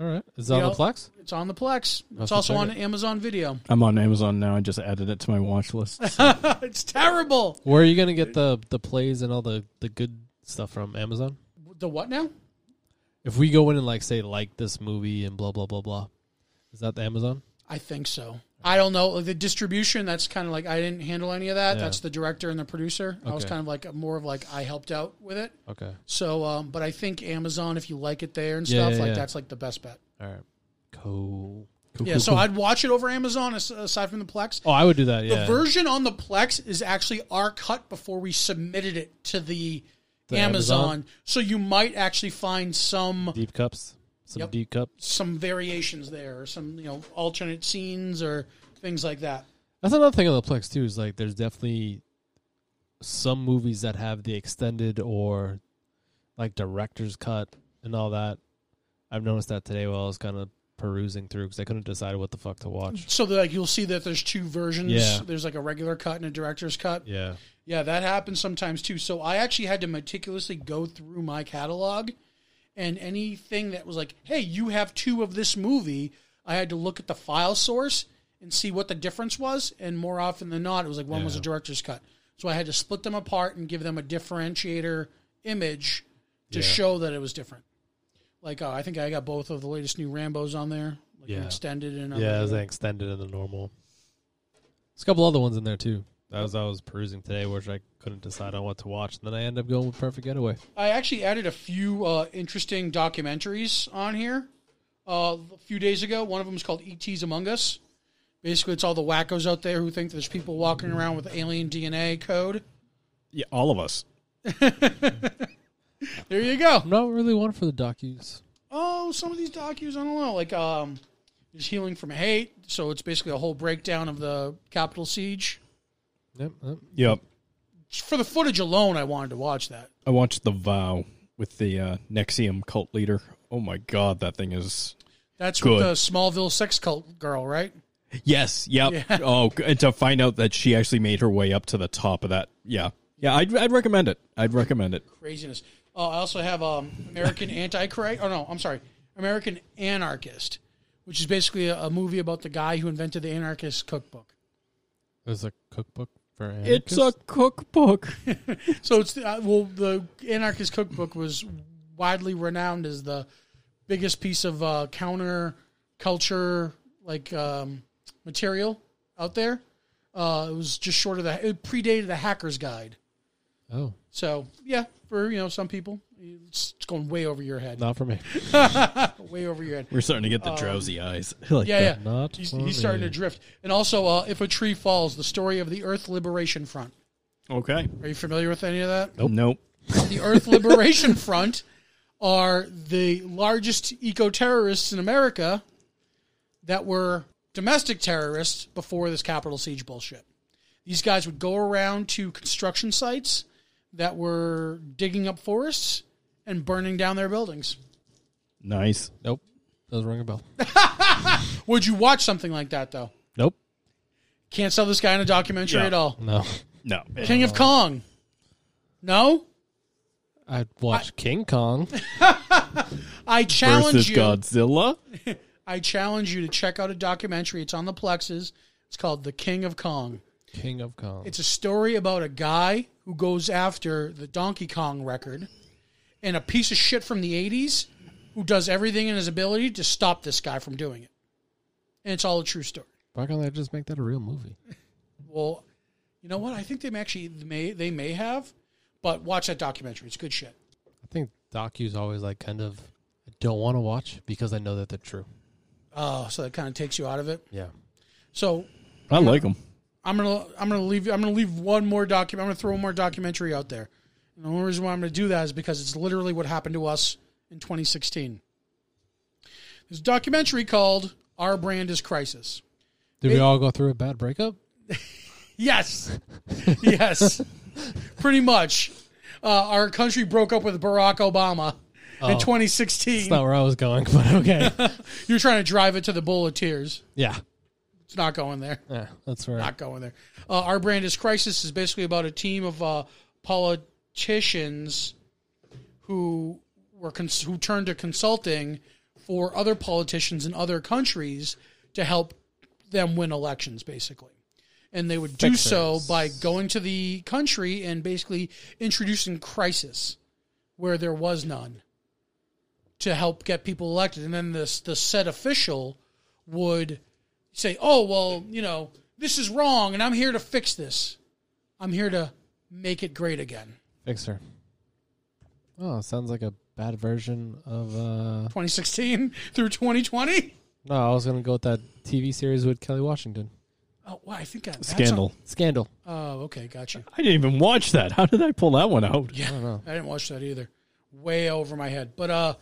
All right. Is that on the
Yeah.
Plex?
It's on the Plex.
have
It's
to
also
check
on
it.
Amazon Video.
I'm on Amazon now. I just added it to my watch list.
it's terrible.
Where are you gonna get the the plays and all the the good stuff from Amazon?
The what now?
If we go in and like say like this movie and blah blah blah blah, is that the Amazon?
I think so. I don't know the distribution. That's kind of like I didn't handle any of that.
Yeah.
That's the director and the producer. I was
Okay.
kind of like more of like I helped out with it.
Okay.
So, um, but I think Amazon, if you like it there and
Yeah,
stuff,
yeah,
like
yeah.
that's like the best bet.
All right. Cool. cool
Yeah.
cool,
So
cool.
I'd watch it over Amazon as- aside from the Plex.
Oh, I would do that.
The
Yeah.
version on the Plex is actually our cut before we submitted it to the,
The
Amazon.
Amazon?
So you might actually find some
deep cups. Some
Yep.
deep cups.
some variations there, or some you know alternate scenes or things like that.
That's another thing on the Plex too. Is like there's definitely some movies that have the extended or like director's cut and all that. I've noticed that today while I was kind of perusing through because I couldn't decide what the fuck to watch.
So that, like you'll see that there's two versions.
Yeah.
There's like a regular cut and a director's cut.
Yeah.
Yeah, that happens sometimes too. So I actually had to meticulously go through my catalog and anything that was like, hey, you have two of this movie, I had to look at the file source and see what the difference was. And more often than not, it was like one was a
Yeah.
director's cut. So I had to split them apart and give them a differentiator image to
Yeah.
show that it was different. Like, uh, I think I got both of the latest new Rambos on there, like an
Yeah.
extended and a
Yeah, it was
regular.
like extended and the normal. There's a couple other ones in there too. That was I was perusing today, which I couldn't decide on what to watch, and then I end up going with Perfect Getaway.
I actually added a few uh, interesting documentaries on here uh, a few days ago. One of them is called ETs Among Us. Basically, it's all the wackos out there who think there's people walking around with alien DNA code.
yeah, all of us.
There you go.
I'm not really one for the docus.
Oh, some of these docus, I don't know. Like, um, there's Healing from Hate. So it's basically a whole breakdown of the Capitol siege.
Yep, yep.
Yep.
For the footage alone, I wanted to watch that.
I watched The Vow with the uh, Nexium cult leader. Oh my god, that thing is
That's
Good.
with the Smallville sex cult girl, right?
Yes, yep. Oh, g- and to find out that she actually made her way up to the top of that. Yeah. Yeah, I'd I'd recommend it. I'd recommend it.
craziness. Uh, I also have um, American Antichrist. Oh no, I'm sorry, American Anarchist, which is basically a, a movie about the guy who invented the anarchist cookbook.
There's a cookbook for
It's a cookbook.
So it's the, uh, well, the anarchist cookbook was widely renowned as the biggest piece of uh, counter culture like um, material out there. Uh, it was just short of the. It predated the Hacker's Guide.
oh,
So yeah, for you know some people, it's, it's going way over your head,
not for me.
way over your head.
We're starting to get the drowsy eyes. like
Um, Yeah,
that.
yeah.
Not
he's,
for
he's starting
me.
to drift. And also, uh, if a tree falls, the story of the Earth Liberation Front.
Okay.
Are you familiar with any of that?
Nope. Nope.
The Earth Liberation Front are the largest eco terrorists in America that were domestic terrorists before this capital siege bullshit. These guys would go around to construction sites that were digging up forests and burning down their buildings.
Nice.
Nope, doesn't ring a bell.
Would you watch something like that though?
nope,
Can't sell this guy in a documentary
Yeah.
at all.
no.
No.
King of Kong. No?
I'd watch King Kong.
I challenge
versus
you.
Godzilla.
I challenge you to check out a documentary. It's on the Plexes. It's called The King of Kong.
King of Kong.
It's a story about a guy who goes after the Donkey Kong record and a piece of shit from the 80s who does everything in his ability to stop this guy from doing it. And it's all a true story.
Why can't they just make that a real movie?
Well, you know what? I think they may actually may they may have, but watch that documentary. It's good shit.
I think docu's always like kind of I don't want to watch because I know that they're true.
Oh, so that kind of takes you out of it.
Yeah.
So
I like him.
I'm gonna I'm gonna leave I'm gonna leave one more document. I'm gonna throw one more documentary out there. And the only reason why I'm gonna do that is because it's literally what happened to us in 2016. There's a documentary called "Our Brand Is Crisis."
Did we all go through a bad breakup?
Yes, yes, pretty much. Uh, our country broke up with Barack Obama in 2016.
That's not where I was going, but okay.
You're trying to drive it to the bowl of tears.
yeah.
It's not going there.
Yeah, that's where
not going there. Uh, our brand is crisis is basically about a team of uh, politicians who were cons- who turned to consulting for other politicians in other countries to help them win elections, basically. And they would do so
Fixers.
by going to the country and basically introducing crisis where there was none to help get people elected. And then this the said official would say, "Oh well, you know this is wrong, and I'm here to fix this. I'm here to make it great again."
Fixer. Oh, sounds like a bad version of. uh
2016 through 2020.
No, I was gonna go with that TV series with Kelly Washington.
Oh, wow, I think I, that's
Scandal.
Scandal.
a- oh, okay, gotcha.
I didn't even watch that. How did I pull that one out?
Yeah, I, didn't watch that either. Way over my head. But uh,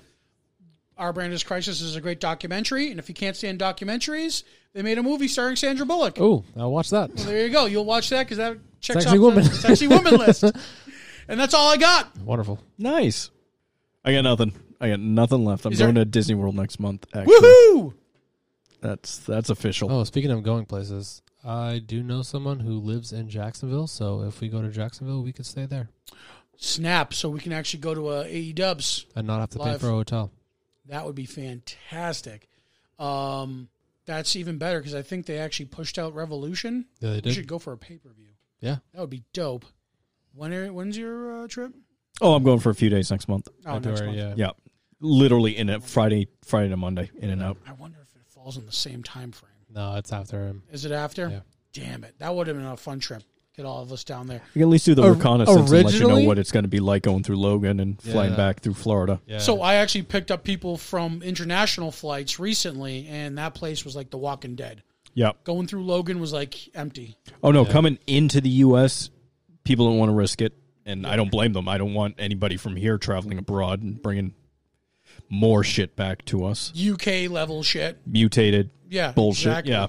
Our Brand is Crisis is a great documentary, and if you can't stand documentaries, they made a movie starring Sandra Bullock.
Oh, I'll watch that.
There you go. You'll watch that because that checks
Sexy
off
woman.
the sexy woman list. And that's all I got.
Wonderful.
Nice. I got nothing. I got nothing left. I'm
Is
going
there-
to Disney World next month. Actually,
Woohoo!
that's that's official.
Oh, speaking of going places, I do know someone who lives in Jacksonville, so if we go to Jacksonville, we could stay there
Snap, so we can actually go to uh, AE Dubs.
and not have to pay
Live.
for a hotel.
That would be fantastic. Um, that's even better because I think they actually pushed out Revolution.
Yeah, they
We
did.
should go for a pay per view.
Yeah.
That would be dope. When are, when's your uh, trip?
Oh, I'm going for a few days next month.
Oh, next
February,
month.
yeah.
Yeah, literally in it Friday, Friday to Monday, in and out.
I wonder if it falls in the same time frame.
No, it's after him.
Is it after?
Yeah.
Damn it. That would have been a fun trip. Get all of us down there.
We can at least do the
Or-
reconnaissance and let you know
originally-
what it's going to be like going through Logan and flying
Yeah.
back through Florida.
Yeah.
So I actually picked up people from international flights recently, and that place was like The Walking Dead.
Yeah.
Going through Logan was like empty.
Oh no, coming into the U.S., people don't want to risk it, and I don't blame them. I don't want anybody from here traveling abroad and bringing more shit back to us,
UK level shit.
mutated
Yeah,
bullshit.
exactly.
Yeah,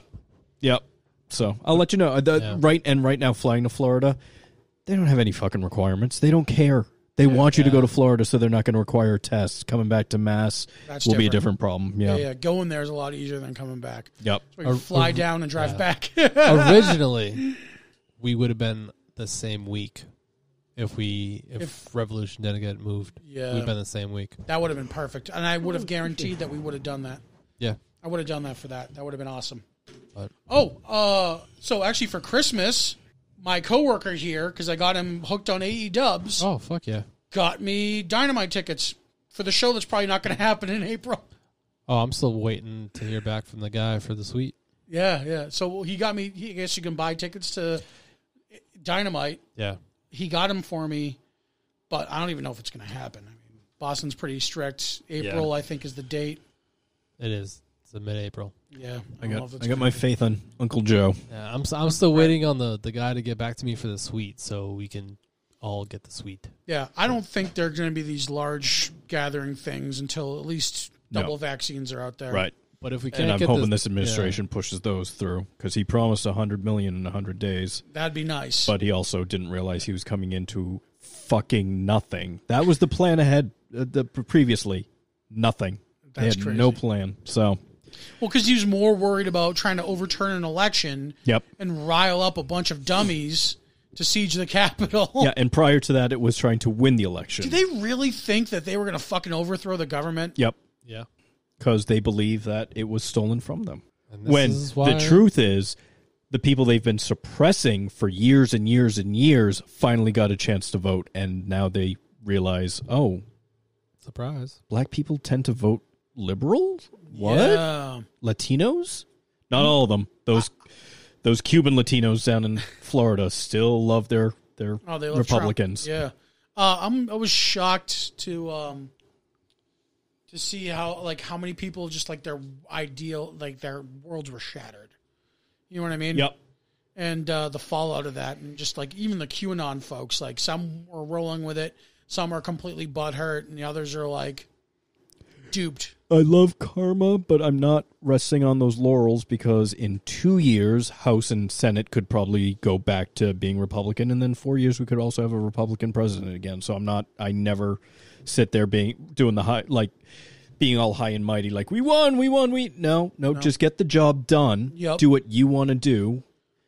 yep. So I'll let you know. Uh, The,
Yeah.
Right and right now, flying to Florida, they don't have any fucking requirements. They don't care. They want you to go to Florida, so they're not going to require tests. Coming back to Mass
That's
will be a different
different.
problem.
Yeah,
Yeah.
yeah, going there is a lot easier than coming back.
Yep.
We can
Or-
fly
or-
down and drive back.
originally we would have been the same week if we if, Revolution didn't get moved.
Yeah.
We'd have been the same week.
that would have been perfect, and I would have guaranteed that we would have done that.
Yeah.
I would have done that for that. That would have been awesome.
But-
oh, uh, so actually for Christmas, my coworker here, because I got him hooked on AE Dubs,
Oh fuck yeah.
got me dynamite tickets for the show that's probably not going to happen in April.
Oh, I'm still waiting to hear back from the guy for the suite.
Yeah, yeah. So he got me. He, I guess you can buy tickets to eh, Dynamite.
Yeah.
He got them for me, but I don't even know if it's going to happen. I mean, Boston's pretty strict. April, I think, is the date.
It is. It's mid April.
Yeah,
I
don't know if
got,
it's
I got
gonna-
my faith on Uncle Joe.
Yeah, I'm s- I'm still waiting on the, the guy to get back to me for the suite so we can all get the suite.
Yeah, I don't think there are going to be these large gathering things until at least
No.
double vaccines are out there.
Right.
But if we can't
And I'm
get
hoping
the-
this administration pushes those through because he promised 100 million in 100 days,
That'd be nice.
but he also didn't realize he was coming into fucking nothing. That was the plan ahead uh, the, previously. Nothing. they
That's
had no
crazy.
plan. So,
well, because he was more worried about trying to overturn an election
yep.
and rile up a bunch of dummies to siege the Capitol.
Yeah, and prior to that, it was trying to win the election.
Do Oh. they really think that they were going to fucking overthrow the government?
yep,
Yeah. yeah.
because they believe that it was stolen from them.
And this
When
is why-
the truth is, the people they've been suppressing for years and years and years finally got a chance to vote, and now they realize, oh,
surprise.
black people tend to vote liberal. What
Yeah.
Latinos? Not all of them. Those those Cuban Latinos down in Florida still love their their
Oh, they love
Republicans.
Trump. Yeah. Uh, I'm. I was shocked to um to see how like how many people just like their ideal like their worlds were shattered. You know what I mean?
Yep.
And uh, the fallout of that, and just like even the QAnon folks, like some were rolling with it, some are completely butthurt, and the others are like duped.
I love karma, but I'm not resting on those laurels because in two years, House and Senate could probably go back to being Republican, and then four years we could also have a Republican president again. So I'm not. I never sit there being doing the high like being all high and mighty, like we won, we won, we no, no, just get the job done.
Yep.
Do what you want to do.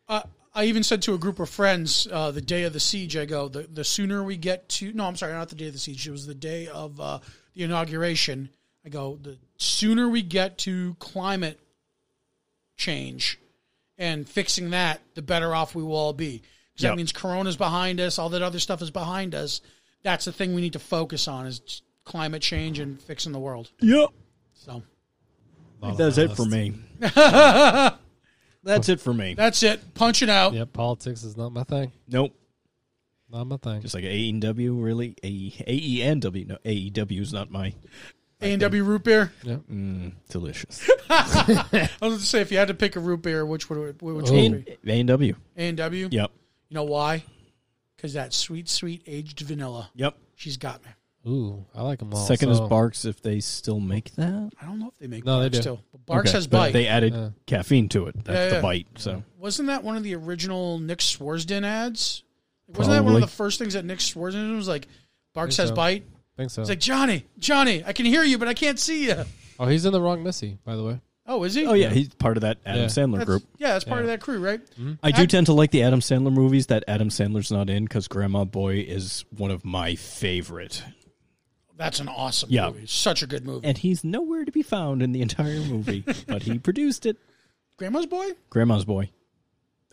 I, I even said to a group of friends uh, the day of the siege, I go, the, the sooner we get to, no, I'm sorry, not the day of the siege. It was the day of uh, the inauguration. I go, the sooner we get to climate change and fixing that, the better off we will all be. Because
Yep.
that means Corona's behind us, all that other stuff is behind us. That's the thing we need to focus on is climate change and fixing the world.
Yep.
So
That's it for me. That's it for me.
that's it. Punch it out.
Yeah, politics is not my thing.
Nope.
Not my thing.
Just like AEW, really? E, AE, AENW. No, AEW is not my
A&W root beer.
delicious.
I was going to say, if you had to pick a root beer, which would it, which
Oh.
would it be?
AEW.
A&W?
Yep.
You know why? Because that sweet, sweet aged vanilla.
Yep.
She's got me.
Ooh, I like them all.
Second is
so-
Barks if they still make that.
I don't know if they make
No, they
Barks
do.
still. But Barks
Okay,
has
but
bite.
They added
Yeah.
caffeine to it. That's
Yeah,
the
yeah.
bite. So
Wasn't that one of the original Nick Swarsden ads? Wasn't that one
Probably.
of the first things that Nick Swarsden did was like, Barks
Think
has
so.
bite?
Think so.
It's like, Johnny, Johnny, I can hear you, but I can't see you.
oh, he's in the wrong Missy, by the way.
Oh, is he?
Oh yeah, he's part of that Adam
Yeah.
Sandler
That's,
group. Mm-hmm.
yeah, that's part of that crew, right?
I do
Ad-
tend to like the Adam Sandler movies that Adam Sandler's not in because Grandma Boy is one of my favorite,
That's an awesome
Yeah.
movie. Such a good movie.
and he's nowhere to be found in the entire movie, but he produced it.
Grandma's Boy?
Grandma's Boy.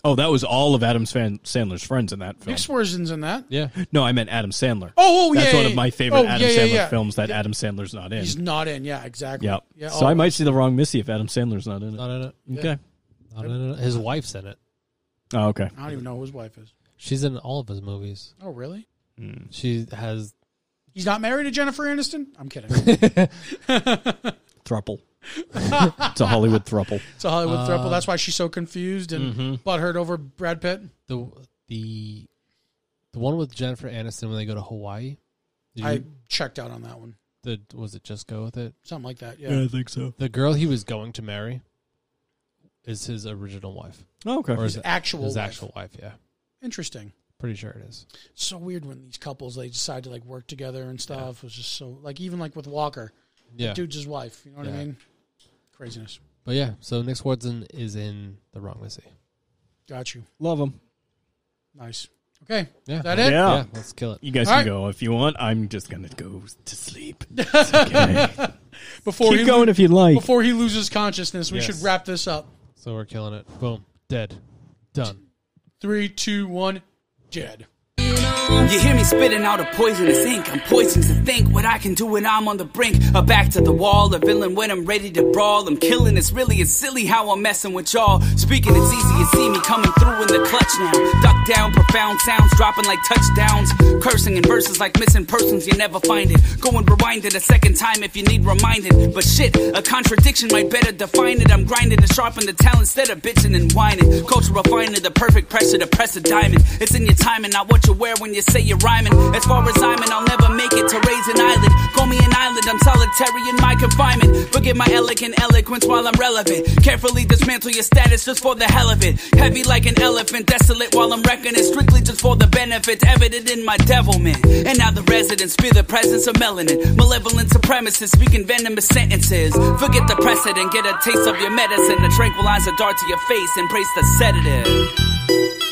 Oh, that was all of Adam Fan- Sandler's friends in that film.
Nick Swarsden's in that.
Yeah.
No, I meant Adam Sandler.
Oh, oh, yeah.
That's
yeah,
one
yeah.
of my favorite
Oh,
Adam
yeah, yeah,
Sandler
yeah.
films that Adam Sandler's not in.
He's not in. Yeah, exactly.
Yep.
Yeah,
so I
oh,
might see the wrong Missy if Adam Sandler's not in it.
Not in it.
okay.
Not in it. His wife's in it.
Oh, okay.
I don't even know who his wife is.
She's in all of his movies.
Oh, really?
Hmm.
She has.
He's not married to Jennifer Aniston? I'm kidding.
Thruple. it's a Hollywood thruple.
It's a Hollywood throuple. That's why she's so confused and butthurt over Brad Pitt.
the the the one with Jennifer Aniston when they go to Hawaii. Did you,
I checked out on that one.
the was it just go with it?
Something like that. Yeah.
think so.
The girl he was going to marry is his original wife,
Oh, okay.
or is it
Actual.
his
wife.
actual wife? Yeah,
Interesting.
pretty sure it is.
So weird when these couples they decide to like work together and stuff. It was just so like even like with Walker,
Yeah,
dude's his wife. You know what
Yeah.
I mean? Craziness.
but yeah. So Nick Swardson is in the wrong Missy.
Got you.
Love them.
Nice. Okay.
Yeah.
Is that it?
Yeah,
Yeah.
let's kill it.
You guys
All
can
right.
go if you want. I'm just going to go to sleep. It's okay.
Before
Keep
he
going if you'd like.
before he loses consciousness, we
Yes.
should wrap this up.
So we're killing it. Boom, dead, done.
Three, two, one, dead.
You hear me spitting out a poisonous ink. I'm poisoned to think what I can do when I'm on the brink. A back to the wall, a villain when I'm ready to brawl. I'm killing it's really it's silly how I'm messing with y'all. Speaking it's easy, you see me coming through in the clutch now. Duck down, profound sounds dropping like touchdowns. Cursing in verses like missing persons, you never find it. Go and rewind it a second time if you need reminded. But shit, a contradiction might better define it. I'm grinding to sharpen the talent instead of bitching and whining. Culture refining the perfect pressure to press a diamond. It's in your timing, not what you wear when you say you're rhyming. As far as I'm in, I'll never make it to raise an eyelid. Call me an island, I'm solitary in my confinement. Forget my elegant eloquence while I'm relevant. Carefully dismantle your status just for the hell of it. Heavy like an elephant, desolate while I'm wrecking it. Strictly just for the benefits evident in my devilment. And now the residents fear the presence of melanin. Malevolent supremacists speaking venomous sentences. Forget the precedent, get a taste of your medicine. A tranquilizer dart to your face, embrace the sedative.